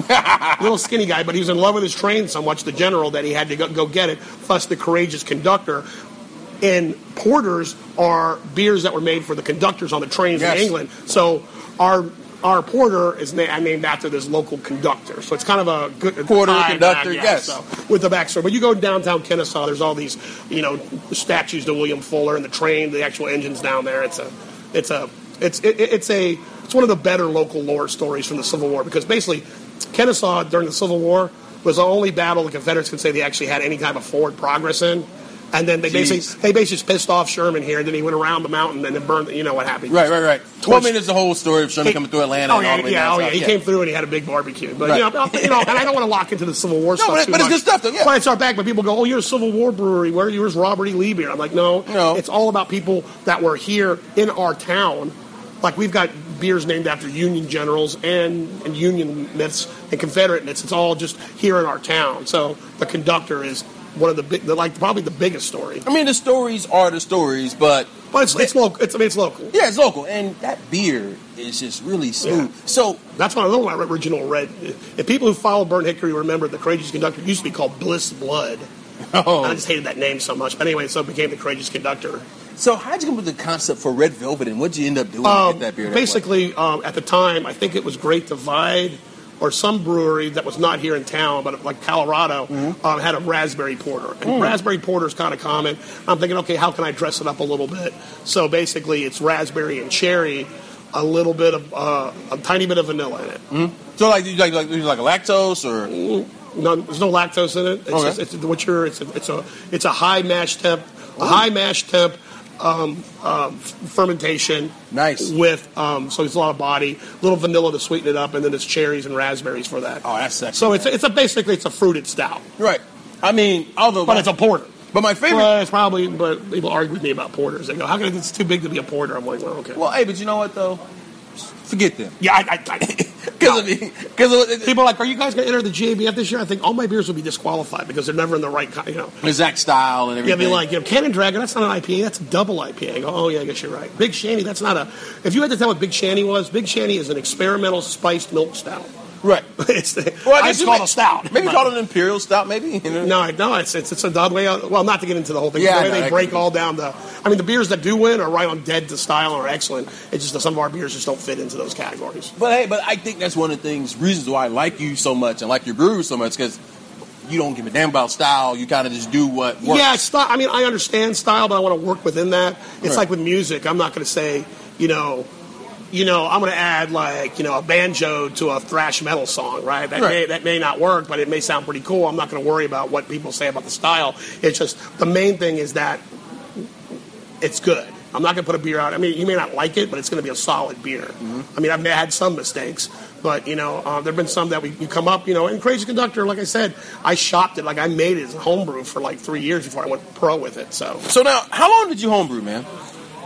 little skinny guy. But he was in love with his train so much, the general, that he had to go, go get it. Plus, the courageous conductor. And porters are beers that were made for the conductors on the trains
Yes.
in England. So our our porter is na- named after this local conductor. So it's kind of a good a
Porter,
tie
conductor,
back,
yes.
so, with the backstory. But you go downtown Kennesaw, there's all these, you know, statues to William Fuller and the train, the actual engines down there. It's a, it's a, it's it, it- it's a, it's one of the better local lore stories from the Civil War because basically, Kennesaw during the Civil War was the only battle the Confederates can say they actually had any type of forward progress in. And then they basically they basically just pissed off Sherman here, and then he went around the mountain and then burned. You know what happened?
Right, right, right. Twelve
Torch-
minutes the whole story of Sherman coming through Atlanta.
Oh
and
yeah,
all the way
yeah,
down
oh yeah.
south.
He came through and he had a big barbecue. But
Right.
you, know, you know, and I don't want to lock into the
[LAUGHS]
Civil War stuff.
but it-
too
but it's
much.
good stuff, though, yeah.
Well, it's our back, but people go, "Oh, you're a Civil War brewery. Where yours, Robert E. Lee beer?" I'm like, no,
No.
It's all about people that were here in our town. Like we've got beers named after Union generals and, and Union myths and Confederate myths. It's all just here in our town. So the conductor is one of the big, the, like probably the biggest story.
I mean, the stories are the stories, but
But it's, it's local. It's, I mean, it's local.
yeah, it's local, and that beer is just really smooth. So
That's one of my original red. If people who follow Burn Hickory remember, the Courageous Conductor used to be called Bliss Blood.
Oh.
And I just hated that name so much. But anyway, so it became the Courageous Conductor.
So how'd you come up with the concept for Red Velvet, and what'd you end up doing to
Um,
get that beer? that way?
basically, um, at the time, I think it was Great Divide or some brewery that was not here in town, but like Colorado,
Mm-hmm.
um, had a raspberry porter. And
Hmm.
raspberry porter is kind of common. I'm thinking, okay, how can I dress it up a little bit? So basically, it's raspberry and cherry, a little bit of uh, a tiny bit of vanilla in it.
so like, you like, like, you like a lactose or
No, there's no lactose in it. It's
Okay.
just, it's what you're. It's a, it's a it's a high mash temp, a
Oh.
high mash temp um, uh, f- fermentation.
Nice.
With um, so it's a lot of body, a little vanilla to sweeten it up, and then it's cherries and raspberries for that.
Oh, that's sexy,
So it's a, it's a basically it's a fruited stout,
right? I mean, although,
but it's a porter.
but my favorite.
Well, it's probably, but people argue with me about porters. They go, "How can it, it's too big to be a porter?" I'm like, "Well, okay."
well, hey, but you know what though? Forget
[LAUGHS]
them
yeah, I, I, I,
because because [LAUGHS]
people are like, "Are you guys going to enter the JBF this year?" I think all my beers will be disqualified because they're never in the right, ki- you know.
exact style and
Yeah,
everything.
be like, you know, Cannon Dragon, that's not an IPA, that's a double IPA. I go, oh, yeah, I guess you're right. Big Shanty, that's not a. If you had to tell what Big Shanty was, Big Shanty is an experimental spiced milk stout. [LAUGHS]
right.
it's the,
Well,
I,
guess
just
you
call
may-
it a stout.
Maybe
but-
call it an imperial stout. Maybe you know?
[LAUGHS] No, no, it's, it's, it's a the way, well, not to get into the whole thing,
Yeah,
yeah, the
I
way
know, I
they break
can-
all down the. I mean, the beers that do win are right on dead to style and are excellent. It's just that some of our beers just don't fit into those categories.
But hey, but I think that's one of the things, reasons why I like you so much and like your brewery so much because you don't give a damn about style. You kind of just do what works.
Yeah, style. I mean, I understand style, but I want to work within that. It's
Right.
like with music. I'm not going to say, you know, you know, I'm going to add like you know a banjo to a thrash metal song, right? That
Right.
may that may not work, but it may sound pretty cool. I'm not going to worry about what people say about the style. It's just the main thing is that it's good. I'm not going to put a beer out. I mean, you may not like it, but it's going to be a solid beer. I mean, I've had some mistakes, but you know, uh, there've been some that we you come up, you know. And Crazy Conductor, like I said, I shopped it, like I made it as a homebrew for like three years before I went pro with it. So
So now, how long did you homebrew, man?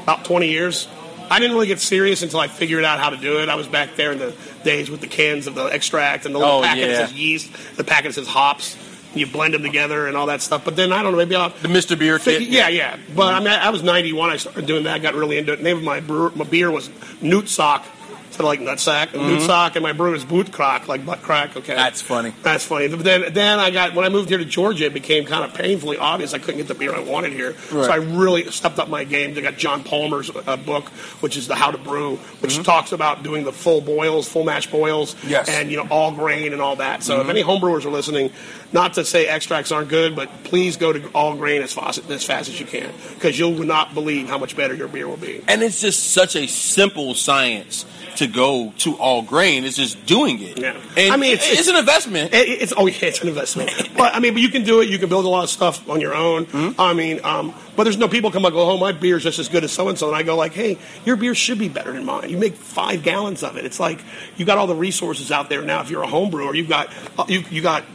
about 20 years. I didn't really get serious until I figured out how to do it. I was back there in the days with the cans of the extract and the little
Oh,
packet
yeah.
that says yeast, the packet that says hops. You blend them together and all that stuff. But then I don't know, maybe I'll
The Mr. Beer kit.
yeah, yeah. But I mean, I was 91. I started doing that. I got really into it. The name of my brewer, my beer was Newt Sock. Instead of like Nutsack, Newt Sock, and my brew is Boot Crock, like Butt Crack. Okay,
Mm-hmm. That's funny.
That's funny. But then, then I got when I moved here to Georgia, it became kind of painfully obvious I couldn't get the beer I wanted here.
Right.
So I really stepped up my game. They got John Palmer's uh, book, which is the How to Brew, which talks about doing the full boils, full mash boils,
Mm-hmm. Yes. Mm-hmm.
and you know all grain and all that. So if any homebrewers are listening, not to say extracts aren't good, but please go to all grain as fast as fast as you can because you'll not believe how much better your beer will be.
And it's just such a simple science to go to all grain. It's just doing it.
Yeah.
And
I mean, it's-
an investment.
[LAUGHS] It, it's oh yeah, it's
[LAUGHS]
an investment. But I mean, but you can do it. You can build a lot of stuff on your own.
Mm-hmm.
I mean, um, but there's no people come up and go, oh, my beer's just as good as so and so, and I go like, hey, your beer should be better than mine. You make five gallons of it. It's like you got all the resources out there now. If you're a home brewer, you've got uh, you you got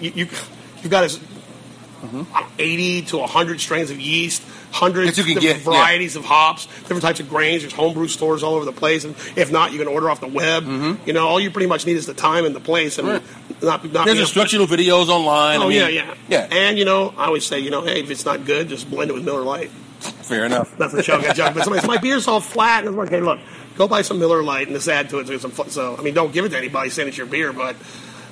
you you you've got as 80 to 100 strains of yeast, hundreds
Mm-hmm. That you can
different
get, yeah.
varieties of hops, different types of grains. There's homebrew stores all over the place, and if not, you can order off the web. You know, all you pretty much need is the time and the place, and
Mm-hmm. Right.
not not.
There's
being-
instructional videos online.
Oh
I mean,
yeah, yeah,
yeah.
And you know, I always say, you know, hey, if it's not good, just blend it with Miller Lite.
Fair enough.
That's the joke. I joke, but somebody's my beer's all flat, and I'm like, hey, look, go buy some Miller Lite and just add to it. So, it's some fun. so I mean, don't give it to anybody saying it's your beer, but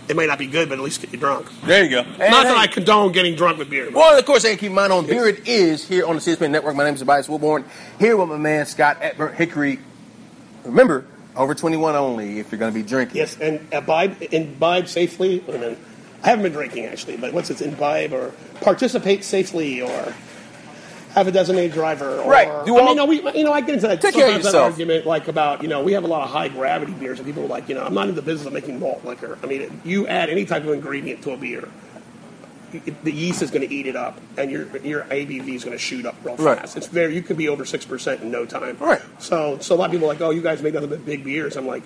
it may not be good, but at least get you drunk.
There you go.
not that I condone getting drunk with beer. but-
Well, of course, hey, keep in mind on Beer It Is here on the CSPN Network. My name is Tobias Wilborn. Here with my man Scott at Burnt Hickory. Remember, Over 21 only if you're going to be drinking.
Yes, and uh, imbibe, imbibe safely. Wait a minute. I haven't been drinking actually, but once it's imbibe or participate safely or have a designated driver. Or,
Right. Do
I
all-
mean, no, we, you know, I get into that.
Take care of
sometimes that
yourself.
argument, like about you know, we have a lot of high gravity beers, and people are like, you know, I'm not in the business of making malt liquor. I mean, you add any type of ingredient to a beer. it- The yeast is going to eat it up, and your your ABV is going to shoot up real
Right.
fast. It's very you could be over six percent in no time.
Right.
So so a lot of people are like, oh, you guys make nothing but big beers. I'm like,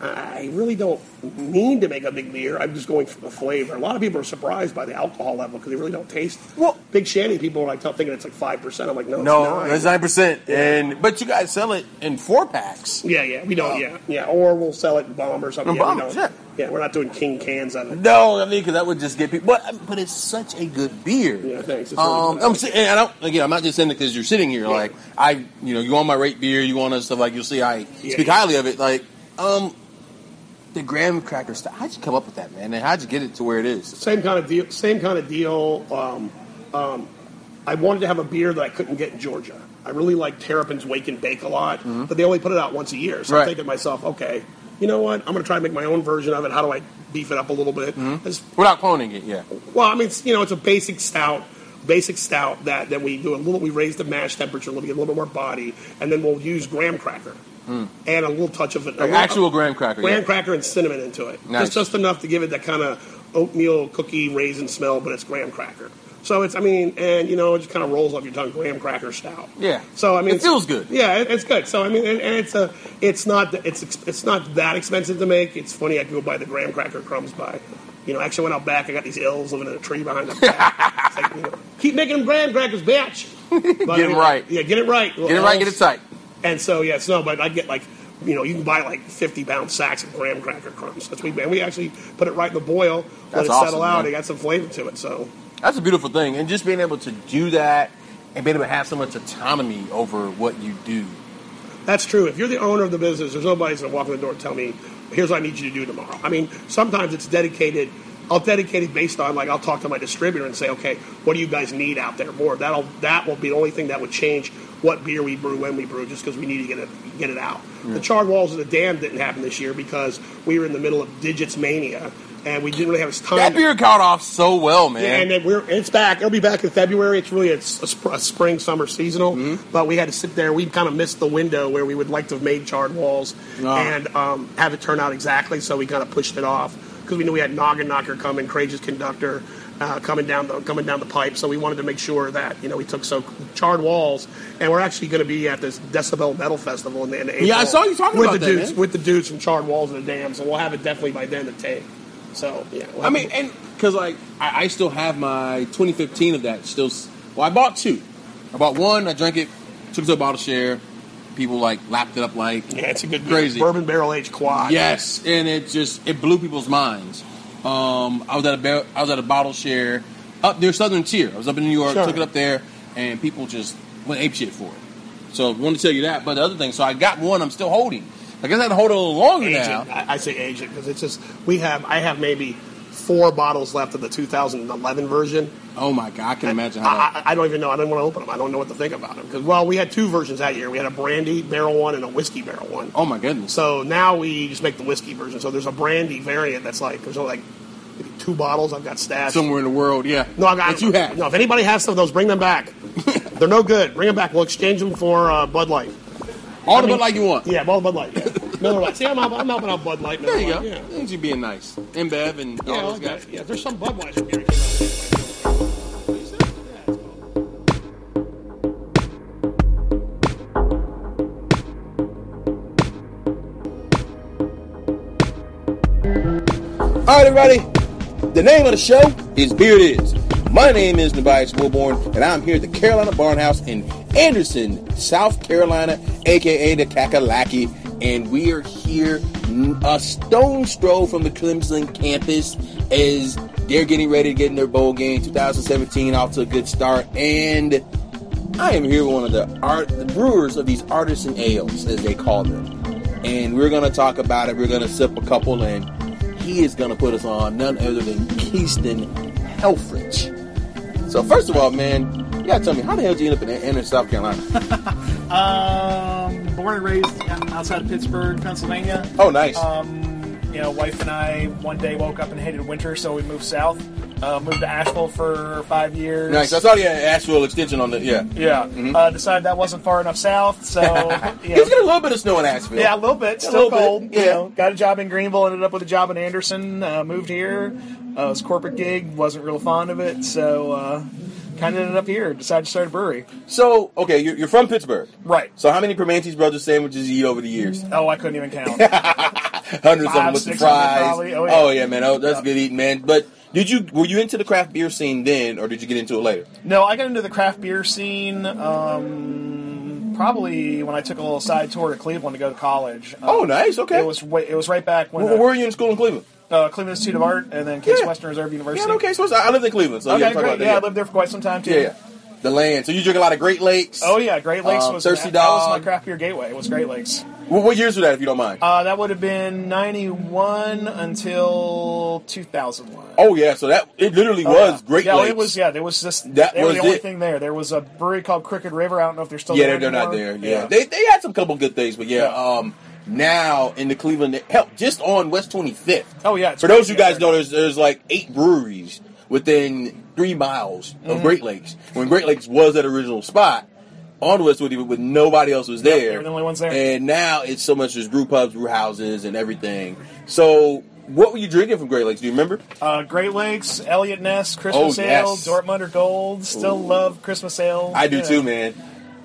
I really don't mean to make a big beer. I'm just going for the flavor. A lot of people are surprised by the alcohol level because they really don't taste.
Well-
big shanty people are like tell- thinking it's like five percent. I'm like, no,
No,
it's
that's
nine.
9%. And But you guys sell it in four packs.
Yeah, yeah, we don't. Yeah, yeah, or we'll sell it in bomb or something.
In
yeah, we
bombs,
don't- yeah, we're not doing king cans out of it.
No, I mean, because that would just get people. But, but it's such a good beer.
Yeah, thanks. It's really
Um,
good.
I'm si- and I don't again. I'm not just saying it because you're sitting here. Like I, you know, you want my rate beer. You want us stuff like you'll see. I
Yeah,
speak
yeah.
highly of it. Like um, the graham cracker stuff. How'd you come up with that, man? And how'd you get it to where it is?
Same kind of deal. Same kind of deal. Um, um, I wanted to have a beer that I couldn't get in Georgia. I really like Terrapin's Wake and Bake a lot, but they only put it out once a year. So
Right.
I'm thinking to myself, okay, you know what? I'm going to try and make my own version of it. How do I beef it up a little bit? It's-
Without cloning it, yeah.
well, I mean, it's, you know, it's a basic stout, basic stout that, that we do a little. We raise the mash temperature a little, get a little bit more body, and then we'll use graham cracker and a little touch of it.
Like Hmm. actual graham cracker,
graham
yeah.
cracker and cinnamon into it.
Nice.
Just just enough to give it that kind of oatmeal cookie raisin smell, but it's graham cracker. So it's, I mean, and you know, it just kind of rolls off your tongue, graham cracker stout.
Yeah.
So I mean,
It
it's-
feels good.
Yeah, it, it's good. So I mean, and, and it's a, it's not, th- it's ex- it's not that expensive to make. It's funny I could go buy the graham cracker crumbs by, you know, I actually went out back. I got these ills living in a tree
[LAUGHS]
behind the back. It's like, you know, keep making them graham crackers, bitch. But, I mean,
right.
Yeah, get it right.
Get it right, get it tight.
And so yes, no, but I get like you know you can buy like fifty pound sacks of graham cracker crumbs. That's what we and we actually put it right in the boil, let
That's
it settle
awesome,
out,
man.
it got some flavor to it. So
That's a beautiful thing, and just being able to do that and being able to have so much autonomy over what you do.
that's true. If you're the owner of the business, there's nobody's gonna walk in the door and tell me, here's what I need you to do tomorrow. I mean, sometimes it's dedicated. I'll dedicate it based on like I'll talk to my distributor and say, okay, what do you guys need out there more? That'll that will be the only thing that would change what beer we brew when we brew, just because we need to get it get it out.
Hmm.
The charred walls of the dam didn't happen this year because we were in the middle of digits mania and we didn't really have time.
That
to-
beer caught off so well,
yeah,
man.
and then we're it's back. It'll be back in February. It's really a, s- a sp- a spring summer seasonal,
Mm-hmm.
but we had to sit there. We kind of missed the window where we would like to have made charred walls
Ah.
and um, have it turn out exactly. So we kind of pushed it off because we knew we had Noggin Knocker coming, Courageous Conductor uh, coming down the coming down the pipe. So we wanted to make sure that you know we took so charred walls, and we're actually going to be at this Decibel Metal Festival in the, in April.
Yeah, I saw you talking
with
about
the
that,
dudes
man.
with the dudes from Charred Walls and the Dam. So we'll have it definitely by then to take. So yeah, we'll
I
have
mean,
it-
and because like I, I still have my 2015 of that. Still, s- well, I bought two. I bought one. I drank it. Took it to a bottle share. People like lapped it up like
Yeah, it's a good
Crazy.
bourbon barrel aged quad.
yes, and it just it blew people's minds. Um, I was at a bar- I was at a bottle share up near Southern Tier. I was up in New York.
Sure.
Took it up there, and people just went ape shit for it. So I want to tell you that. But the other thing, so I got one. I'm still holding. I guess I had to hold it a little longer
Agent.
now.
I, I say agent because it's just we have. I have maybe four bottles left of the 2011 version.
Oh my god, I can imagine how. that,
I, I, I don't even know. I didn't want to open them. I don't know what to think about them because well, we had two versions that year. We had a brandy barrel one and a whiskey barrel one.
oh my goodness.
So now we just make the whiskey version. So there's a brandy variant that's like there's only like maybe two bottles I've got stashed.
Somewhere in the world, yeah.
No, I got
that you have.
No, if anybody has some of those, bring
[LAUGHS]
them back. They're no good. Bring them back. We'll exchange them for uh, Bud Light.
All the
mean-
Bud Light you want.
Yeah, well, Bud Light. Yeah.
[LAUGHS]
Miller Lite. See, I'm, help- I'm helping out Bud Light.
There
Miller
you go.
Lite,
Yeah.
Yeah.
you being nice. And Bev and all
Yeah, I
those
like
guys.
that. Yeah, there's some Budweiser beer. here.
All right, everybody. The name of the show is Beer It Is. My name is Tobias Wilborn, and I'm here at the Carolina Barnhouse in Anderson, South Carolina, aka the Kakalaki. And we are here mm, a stone's throw from the Clemson campus as they're getting ready to get in their bowl game 2017 off to a good start. And I am here with one of the art the brewers of these artisan ales, as they call them. And we're gonna talk about it. We're gonna sip a couple, and he is gonna put us on none other than Keyston Helfrich. So first of all, man, you gotta tell me how the hell did you end up in, in South Carolina?
Um, born and raised in, outside of Pittsburgh, Pennsylvania.
Oh, nice.
Um, You know, wife and I one day woke up and hated winter, so we moved south. Uh, moved to Asheville for five years.
nice. I saw the uh, Asheville extension on the. Yeah.
Yeah. Uh, decided that wasn't far enough south,
[LAUGHS]
so you know.
He's getting a little bit of snow in Asheville.
Yeah, a little bit. Still
little bit,
cold.
yeah.
You know, got a job in Greenville. Ended up with a job in Anderson. Uh, moved here. Uh, it was a corporate gig. Wasn't real fond of it. So uh, kind of ended up here. Decided to start a brewery.
So, okay, you're, you're from Pittsburgh.
Right.
So, how many Permanente Brothers sandwiches you eat over the years?
Oh, I couldn't
[LAUGHS]
even count.
Hundreds of them
Five,
with the
six hundred
fries.
probably.
Oh
Oh,
yeah.
yeah.
man. Oh, that's
Yeah.
good eating, man. But did you were you into the craft beer scene then, or did you get into it later?
no, I got into the craft beer scene. Um, probably when I took a little side tour to Cleveland to go to college. Uh,
Oh, nice. Okay.
It was wa- it was right back when
Where,
uh,
were you in school in Cleveland?
uh, Cleveland Institute of Art and then Case
Yeah.
Western Reserve University.
Yeah, okay. So it's- I lived in Cleveland. So
Okay,
yeah, talk
great.
about that.
yeah, I lived there for quite some time too.
yeah, yeah. The land. So you drink a lot of Great Lakes.
Oh yeah, Great Lakes
Um,
was
Thirsty
that, that was my
Dog.
craft beer gateway. It was Great Lakes.
What, what years were that, if you don't mind?
Uh, that would have been 91 until 2001.
oh yeah. So that it literally was Great
Oh, yeah,
Lakes.
it was. Yeah, there was just
That
they were
was
the only
it.
thing there. There was a brewery called Crooked River. I don't know if they're still
Yeah,
there.
they're, they're not there.
anymore.
Yeah. they they had some couple good things, but yeah.
Yeah.
Um, now in the Cleveland, hell, just on West Twenty Fifth.
Oh, yeah, it's
For those who
crazy out
guys
there.
know, there's there's like eight breweries within three miles
Mm-hmm.
of Great Lakes. When Great Lakes was that original spot on West Twenty Fifth, when nobody else was there,
they were the only ones there.
And now it's so much as brew pubs, brew houses, and everything. So. What were you drinking from Great Lakes? Do you remember?
Uh, Great Lakes, Elliot Ness, Christmas
Oh,
Ale,
yes.
Dortmunder Gold. Still love Christmas Ale.
I do
you know.
too, man.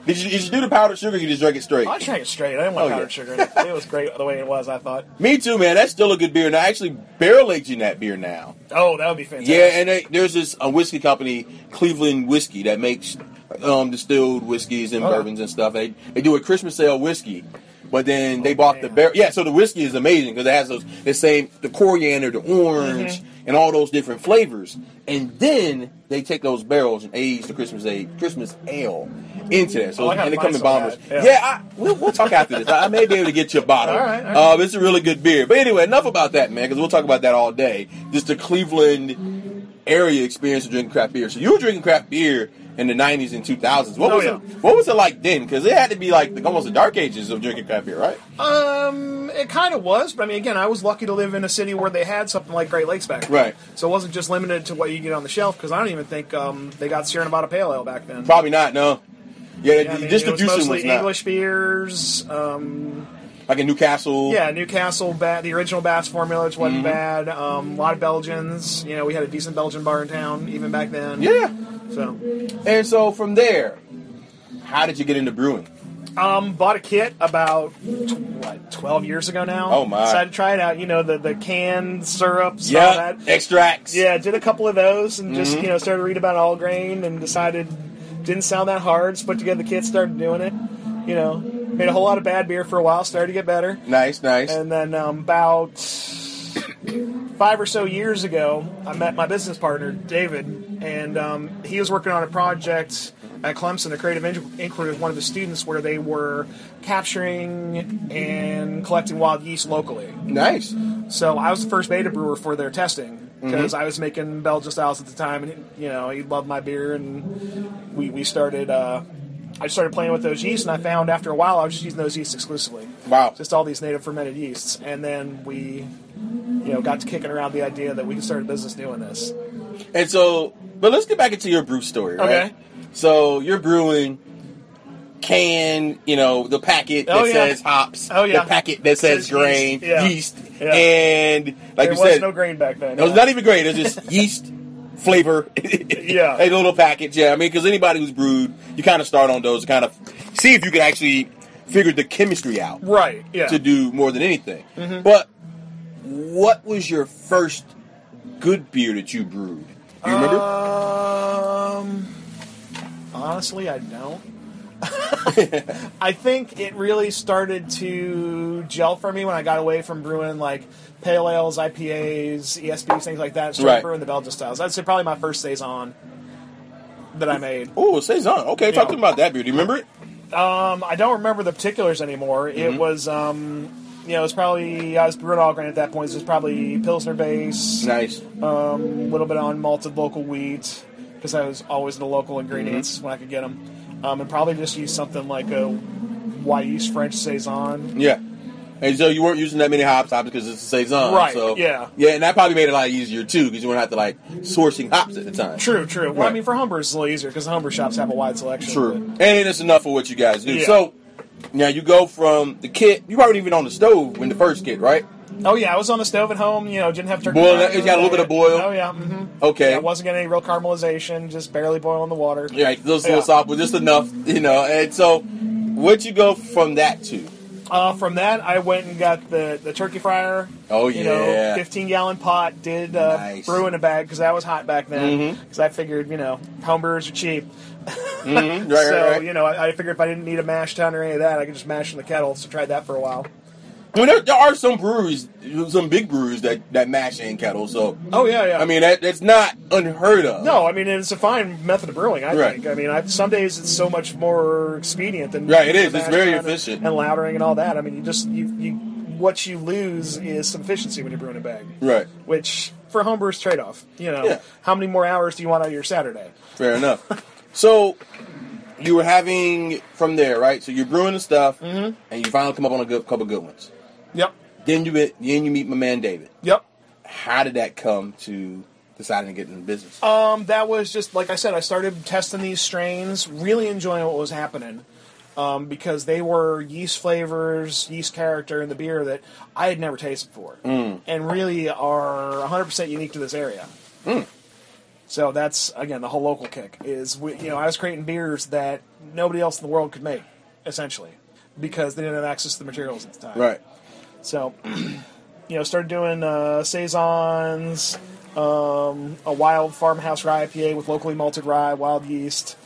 Did you, did you do the powdered sugar? Or you just drank it straight.
I drank it straight. I didn't want
Oh,
powdered
yeah.
sugar. in it. It was great the way it was. I thought.
Me too, man. That's still a good beer, and I actually barrel aged in that beer now.
Oh, that would be fantastic.
Yeah, and they, there's this a whiskey company, Cleveland Whiskey, that makes um, distilled whiskeys and
Oh.
bourbons and stuff. They they do a Christmas ale whiskey, but then they bought the
Oh, man.
barrel. Yeah, so the whiskey is amazing because it has those the same the coriander, the orange,
Mm-hmm.
and all those different flavors. And then they take those barrels and age the Christmas ale, Christmas ale into that. So
Oh, I gotta
and they
find
come in
some of
bombers.
that.
Yeah,
Yeah.
I, we'll, we'll talk after this. I, I may be able to get you a bottle.
All right, all right.
Um, it's a really good beer. But anyway, enough about that, man, because we'll talk about that all day. Just the Cleveland area experience of drinking craft beer. So you were drinking craft beer in the '90s and 2000s. What
Oh,
was
yeah.
it? What was it like then? Because it had to be like the, almost the dark ages of drinking craft beer, right?
Um, it kind of was, but I mean, again, I was lucky to live in a city where they had something like Great Lakes back then.
Right.
So it wasn't just limited to what you get on the shelf, because I don't even think um, they got Sierra Nevada Pale Ale back then.
Probably not. No. Yeah,
Yeah, I
the
mean,
distribution
it was
was,
mostly
not
English beers. Um,
like in Newcastle.
yeah, Newcastle bat. The original Bass formula which
Mm-hmm.
wasn't bad. Um, a lot of Belgians. You know, we had a decent Belgian bar in town even back then.
yeah.
So,
And so from there, how did you get into brewing?
um, bought a kit about tw- what twelve years ago now.
Oh, my.
Decided to try it out. You know, the the canned syrups. all
Yeah, Mm-hmm.
that.
extracts.
Yeah, did a couple of those and just you know started reading about all grain and decided didn't sound that hard. Just put together the kit, started doing it. You know, made a whole lot of bad beer for a while. Started to get better,
Nice, nice.
and then um, about five or so years ago, I met my business partner David, and um, he was working on a project at Clemson, a creative in- inquiry with one of the students, where they were capturing and collecting wild yeast locally.
nice.
So I was the first beta brewer for their testing because I was making Belgian styles at the time, and you know he loved my beer, and we we started. Uh, I started playing with those yeasts, and I found after a while I was just using those yeasts exclusively.
Wow.
Just all these native fermented yeasts, and then we, you know, got to kicking around the idea that we could start a business doing this.
And so, but let's get back into your brew story, right?
Okay.
So you're brewing can, you know, the packet that
Oh, yeah.
says hops,
Oh, yeah.
the packet that says
Says yeast,
grain,
yeah.
yeast,
Yeah.
and like
there
you
was
said,
no grain back then.
it was not even grain. It was
[LAUGHS]
just yeast flavor. [LAUGHS]
Yeah.
a little package. Yeah, I mean, because anybody who's brewed, you kind of start on those, to kind of see if you can actually figure the chemistry out
right. Yeah.
to do more than anything.
Mm-hmm.
But what was your first good beer that you brewed? Do you remember?
Um, honestly,
[LAUGHS]
I don't. I think it really started to gel for me when I got away from brewing like pale ales, IPAs, ESBs, E things like that. and Started
Right.
brewing the Belgian styles. I'd say probably my first saison that I made.
Oh, saison. Okay, talk to me
Yeah.
about that beer. Do you remember it?
Um, I don't remember the particulars anymore.
Mm-hmm.
It was, um, you know, it was probably I was brewing all grain at that point. So it was probably pilsner base.
Nice.
a little bit on malted local wheat because
Mm-hmm.
I was always the local ingredients when I could get them, um, and probably just use something like a why use French saison?
Yeah. And so you weren't using that many hops, obviously, because it's a saison.
Right,
So
yeah.
Yeah, and that probably made it a lot easier too, because you weren't have to like sourcing hops at the time.
True, true. Well, I
Right.
mean, for Humber, it's a little easier because Humber shops have a wide selection.
True.
but-
And it's enough for what you guys do.
Yeah.
So now you go from the kit. You weren't even on the stove when the
Um,
first kit, right?
Oh yeah, I was on the stove at home. You know, didn't have turkey.
Boil
fry
it, it's got a little bit of boil.
Oh yeah, hmm
Okay.
I wasn't getting any real caramelization. Just barely boiling the water.
Yeah, like those little
Yeah.
soft, but just enough, you know. And so, what you go from that to?
Uh, from that, I went and got the, the turkey fryer.
Oh,
you
yeah.
know, fifteen gallon pot. Did uh,
Nice. Mm-hmm.
brew in a bag because that was hot back then. Because I figured, you know, home brewers are cheap.
Right, right,
so
right.
you know, I, I figured if I didn't need a mash tun or any of that, I could just mash in the kettle. So tried that for a while.
Well, there, there are some breweries, some big breweries that that mash in kettle. So,
Oh yeah, yeah.
I mean, that that's not unheard of.
No, I mean it's a fine method of brewing. I
Right.
think. I mean, I, some days it's so much more expedient than
Right, it is.
than
It's very
Ashton
efficient.
and lautering and all that. I mean, you just you, you what you lose is some efficiency when you're brewing a bag,
Right.
which for a homebrewers trade off. You know,
Yeah.
how many more hours do you want out of your Saturday? [LAUGHS]
Fair enough. so, you were having from there, right? So you're brewing the stuff,
Mm-hmm.
and you finally come up on a good couple good ones.
Yep,
Then you met, then you meet my man David.
yep.
How did that come to deciding to get in the business?
Um, that was just like I said. I started testing these strains, really enjoying what was happening. Um, because they were yeast flavors, yeast character in the beer that I had never tasted before,
Mm.
and really are 100% unique to this area.
Mm.
So that's again the whole local kick is we, you know I was creating beers that nobody else in the world could make, essentially, because they didn't have access to the materials at the time.
right.
So, [CLEARS THROAT] you know, started doing uh, saisons, um, a wild farmhouse rye IPA with locally malted rye, wild yeast.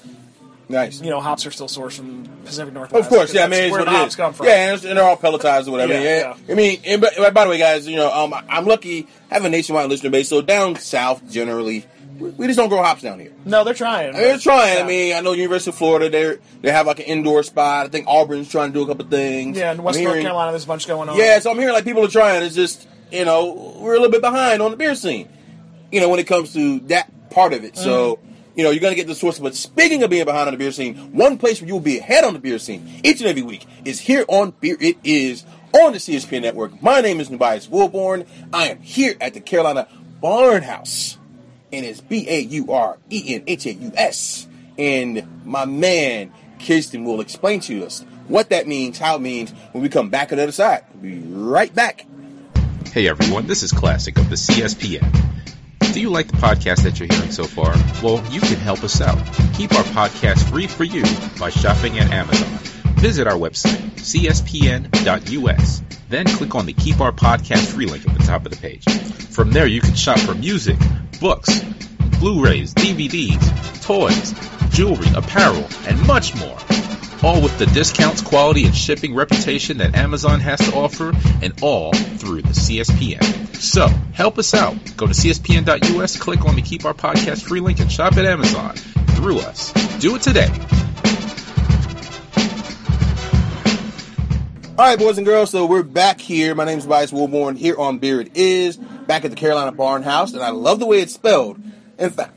Nice.
You know, hops are still sourced from Pacific Northwest.
Of course, yeah. I
'cause
mean,
that's
it's
where
what
the
it
hops
is.
come from.
Yeah, and, it's- and they're all pelletized or whatever.
Yeah,
Yeah,
yeah.
I mean, and, by, by the way, guys, you know, um, I'm lucky. I have a nationwide listener base, so down south, generally, we, we just don't grow hops down here.
No, they're trying.
I mean, they're trying.
Yeah.
I mean, I know University of Florida. They they have like an indoor spot. I think Auburn's trying to do a couple things.
yeah, in West
I'm
North
hearing-
Carolina, there's a bunch going on.
Yeah, so I'm hearing like people are trying. It's just you know we're a little bit behind on the beer scene. You know when it comes to that part of it. So you know you're gonna get the source. But speaking of being behind on the beer scene, one place where you will be ahead on the beer scene each and every week is here on Beer It Is on the CSPN Network. My name is Nubias Woolborn. I am here at the Carolina Barn House, and it's B A U R E N H A U S. And my man Kirsten will explain to us what that means, how it means when we come back on the other side. We'll be right back.
Hey everyone, this is Classic of the CSPN. Do you like the podcast that you're hearing so far? Well, you can help us out. Keep our podcast free for you by shopping at Amazon. Visit our website, cspn.us, then click on the Keep Our Podcast Free link at the top of the page. From there, you can shop for music, books, Blu rays, DVDs, toys, jewelry, apparel, and much more. All with the discounts, quality, and shipping reputation that Amazon has to offer, and all through the CSPN. So, help us out. Go to CSPN.us, click on the Keep Our Podcast free link, and shop at Amazon through us. Do it today.
All right, boys and girls, so we're back here. My name's Vice Woolborn here on Beer It Is, back at the Carolina Barn House, and I love the way it's spelled. In fact,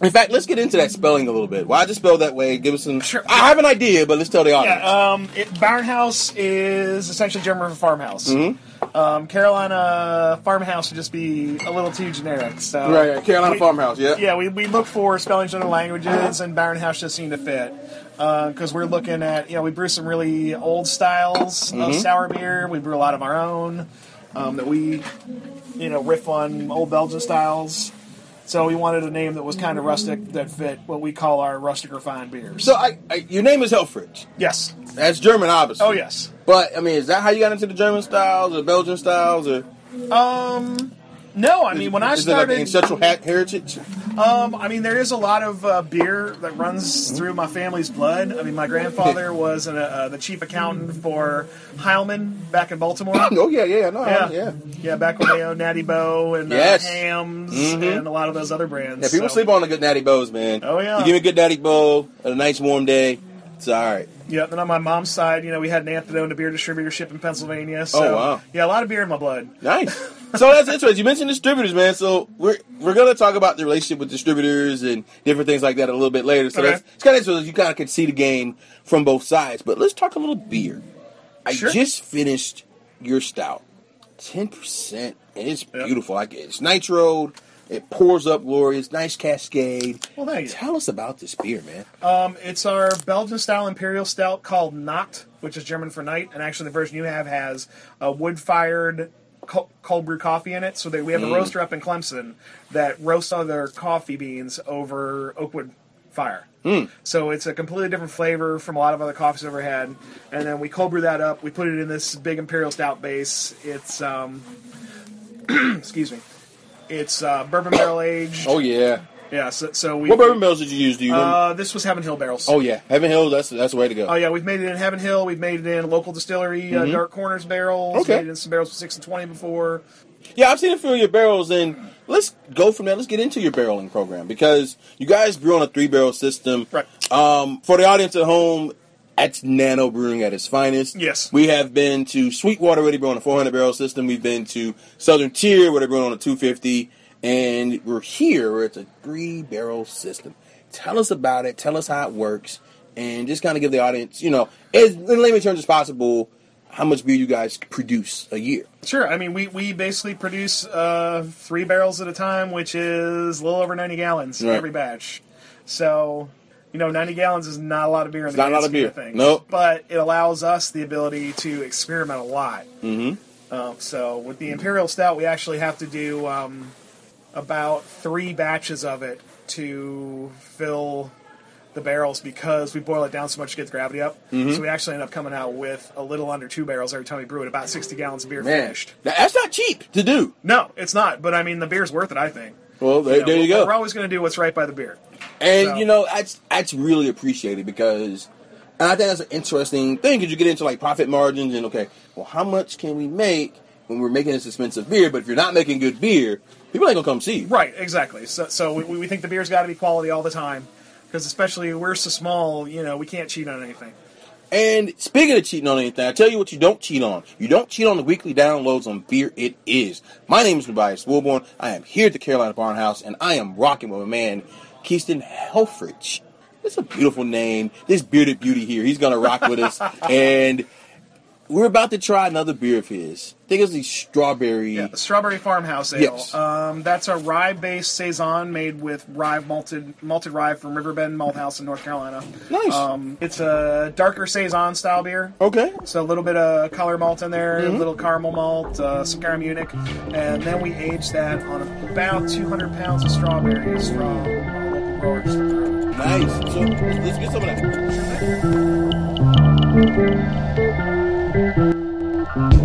in fact, let's get into that spelling a little bit. Why is it spelled that way? Give us some.
Sure.
I have an idea, but let's tell the audience.
Yeah, um, it, Barnhouse is essentially German for farmhouse.
Mm-hmm.
Um, Carolina farmhouse would just be a little too generic. So
Right, right, Carolina farmhouse, yeah.
yeah. We, we look for spellings in other languages, and Barnhouse just seemed to fit because we're looking at you know we brew some really old styles
Mm-hmm.
of sour beer. We brew a lot of our own um, that we you know riff on old Belgian styles. So we wanted a name that was kind of rustic that fit what we call our rustic refined beers.
so, I, I, your name is Helfrich.
yes.
That's German, obviously.
Oh yes.
But I mean, is that how you got into the German styles or Belgian styles or?
No, I mean when I
is it like
started,
an ancestral ha- heritage? [LAUGHS]
um, I mean there is a lot of uh, beer that runs through my family's blood. I mean my
[LAUGHS]
grandfather was an, uh, uh, the chief accountant for Heilman back in Baltimore.
[LAUGHS] Oh yeah, yeah, no,
Yeah.
yeah, yeah.
yeah, back when they owned Natty Bo and
Yes. Mm-hmm.
uh, Hams and a lot of those other brands.
Yeah, people
so-
sleep on the good natty bows, man.
Oh, yeah.
you give me a good natty bow on a nice warm day. It's all right.
Yeah, then on my mom's side, you know, we had an aunt that owned a beer distributorship in Pennsylvania. So,
Oh, wow.
Yeah, a lot of beer in my blood.
Nice. so that's interesting. You mentioned distributors, man. So we're we're gonna talk about the relationship with distributors and different things like that a little bit later. So
Okay.
that's it's kind of interesting. You kind of can see the game from both sides. But let's talk a little beer. I
Sure.
just finished your stout, ten percent, and it's beautiful. Like it's nitro. It pours up glorious, nice cascade.
Well, thank you.
Tell us about this beer, man.
Um, it's our Belgian style imperial stout called Nacht, which is German for night, and actually the version you have has a wood fired cold brew coffee in it. So that we have
Mm.
a roaster up in Clemson that roasts all their coffee beans over oakwood fire.
Mm.
So it's a completely different flavor from a lot of other coffees I've ever had. And then we cold brew that up. We put it in this big imperial stout base. It's um, [CLEARS THROAT] excuse me. It's uh, bourbon barrel aged.
Oh yeah.
Yeah, so, so we.
What bourbon barrels did you use? Do you? remember?
Uh, this was Heaven Hill barrels.
oh yeah, Heaven Hill. That's that's the way to go.
Oh yeah, we've made it in Heaven Hill. We've made it in local distillery uh, Dark Corners barrels.
Mm-hmm. Okay.
Made it in some barrels with six and twenty before.
Yeah, I've seen a few of your barrels, and let's go from there. Let's get into your barreling program because you guys brew on a three barrel system.
Right.
Um, for the audience at home, that's nano brewing at its finest.
Yes.
We have been to Sweetwater, where they brew on a 400 barrel system. We've been to Southern Tier, where they brew on a 250. And we're here, where it's a three barrel system. Tell us about it. Tell us how it works. And just kind of give the audience, you know, as in layman terms as possible, how much beer you guys produce a year.
Sure. I mean, we, we basically produce uh, three barrels at a time, which is a little over ninety gallons in
Right.
every batch. So, you know, ninety gallons is not a lot of beer in the
not a
grand
lot of
scheme
beer.
things.
Nope.
But it allows us the ability to experiment a lot. Mm-hmm. Um, so with the imperial stout, we actually have to do um, about three batches of it to fill the barrels because we boil it down so much to get the gravity up.
Mm-hmm.
So we actually end up coming out with a little under two barrels every time we brew it, about sixty gallons of beer
Man,
finished.
that- that's not cheap to do.
No, it's not. But I mean, the beer's worth it. I think.
Well, there
know,
there you
we're- We're
go.
always going to do what's right by the beer.
And
so-
you know that's that's really appreciated because, and I think that's an interesting thing because you get into like profit margins and okay, well, how much can we make when we're making this expensive beer? But if you're not making good beer, people ain't gonna come see you.
Right. Exactly. So, so we, we think the beer's got to be quality all the time because especially we're so small. You know, we can't cheat on anything.
And speaking of cheating on anything, I tell you what you don't cheat on. You don't cheat on the weekly downloads on Beer It Is. My name is Tobias Wilborn. I am here at the Carolina Barnhouse, and I am rocking with my man, Keyston Helfrich. That's a beautiful name. This bearded beauty here, he's going to rock with us. And we're about to try another beer of his. I think it's the strawberry.
Yeah, the Strawberry Farmhouse Ale.
Yes.
Um, that's a rye-based saison made with rye malted malted rye from Riverbend Malt House in North Carolina.
Nice.
Um, it's a darker saison style beer.
Okay. Mm-hmm.
So a little bit of color malt in there, a little caramel malt, uh, some caramel Munich, and then we age that on about 200 pounds of strawberries from uh, local growers.
Nice. So let's get some of that.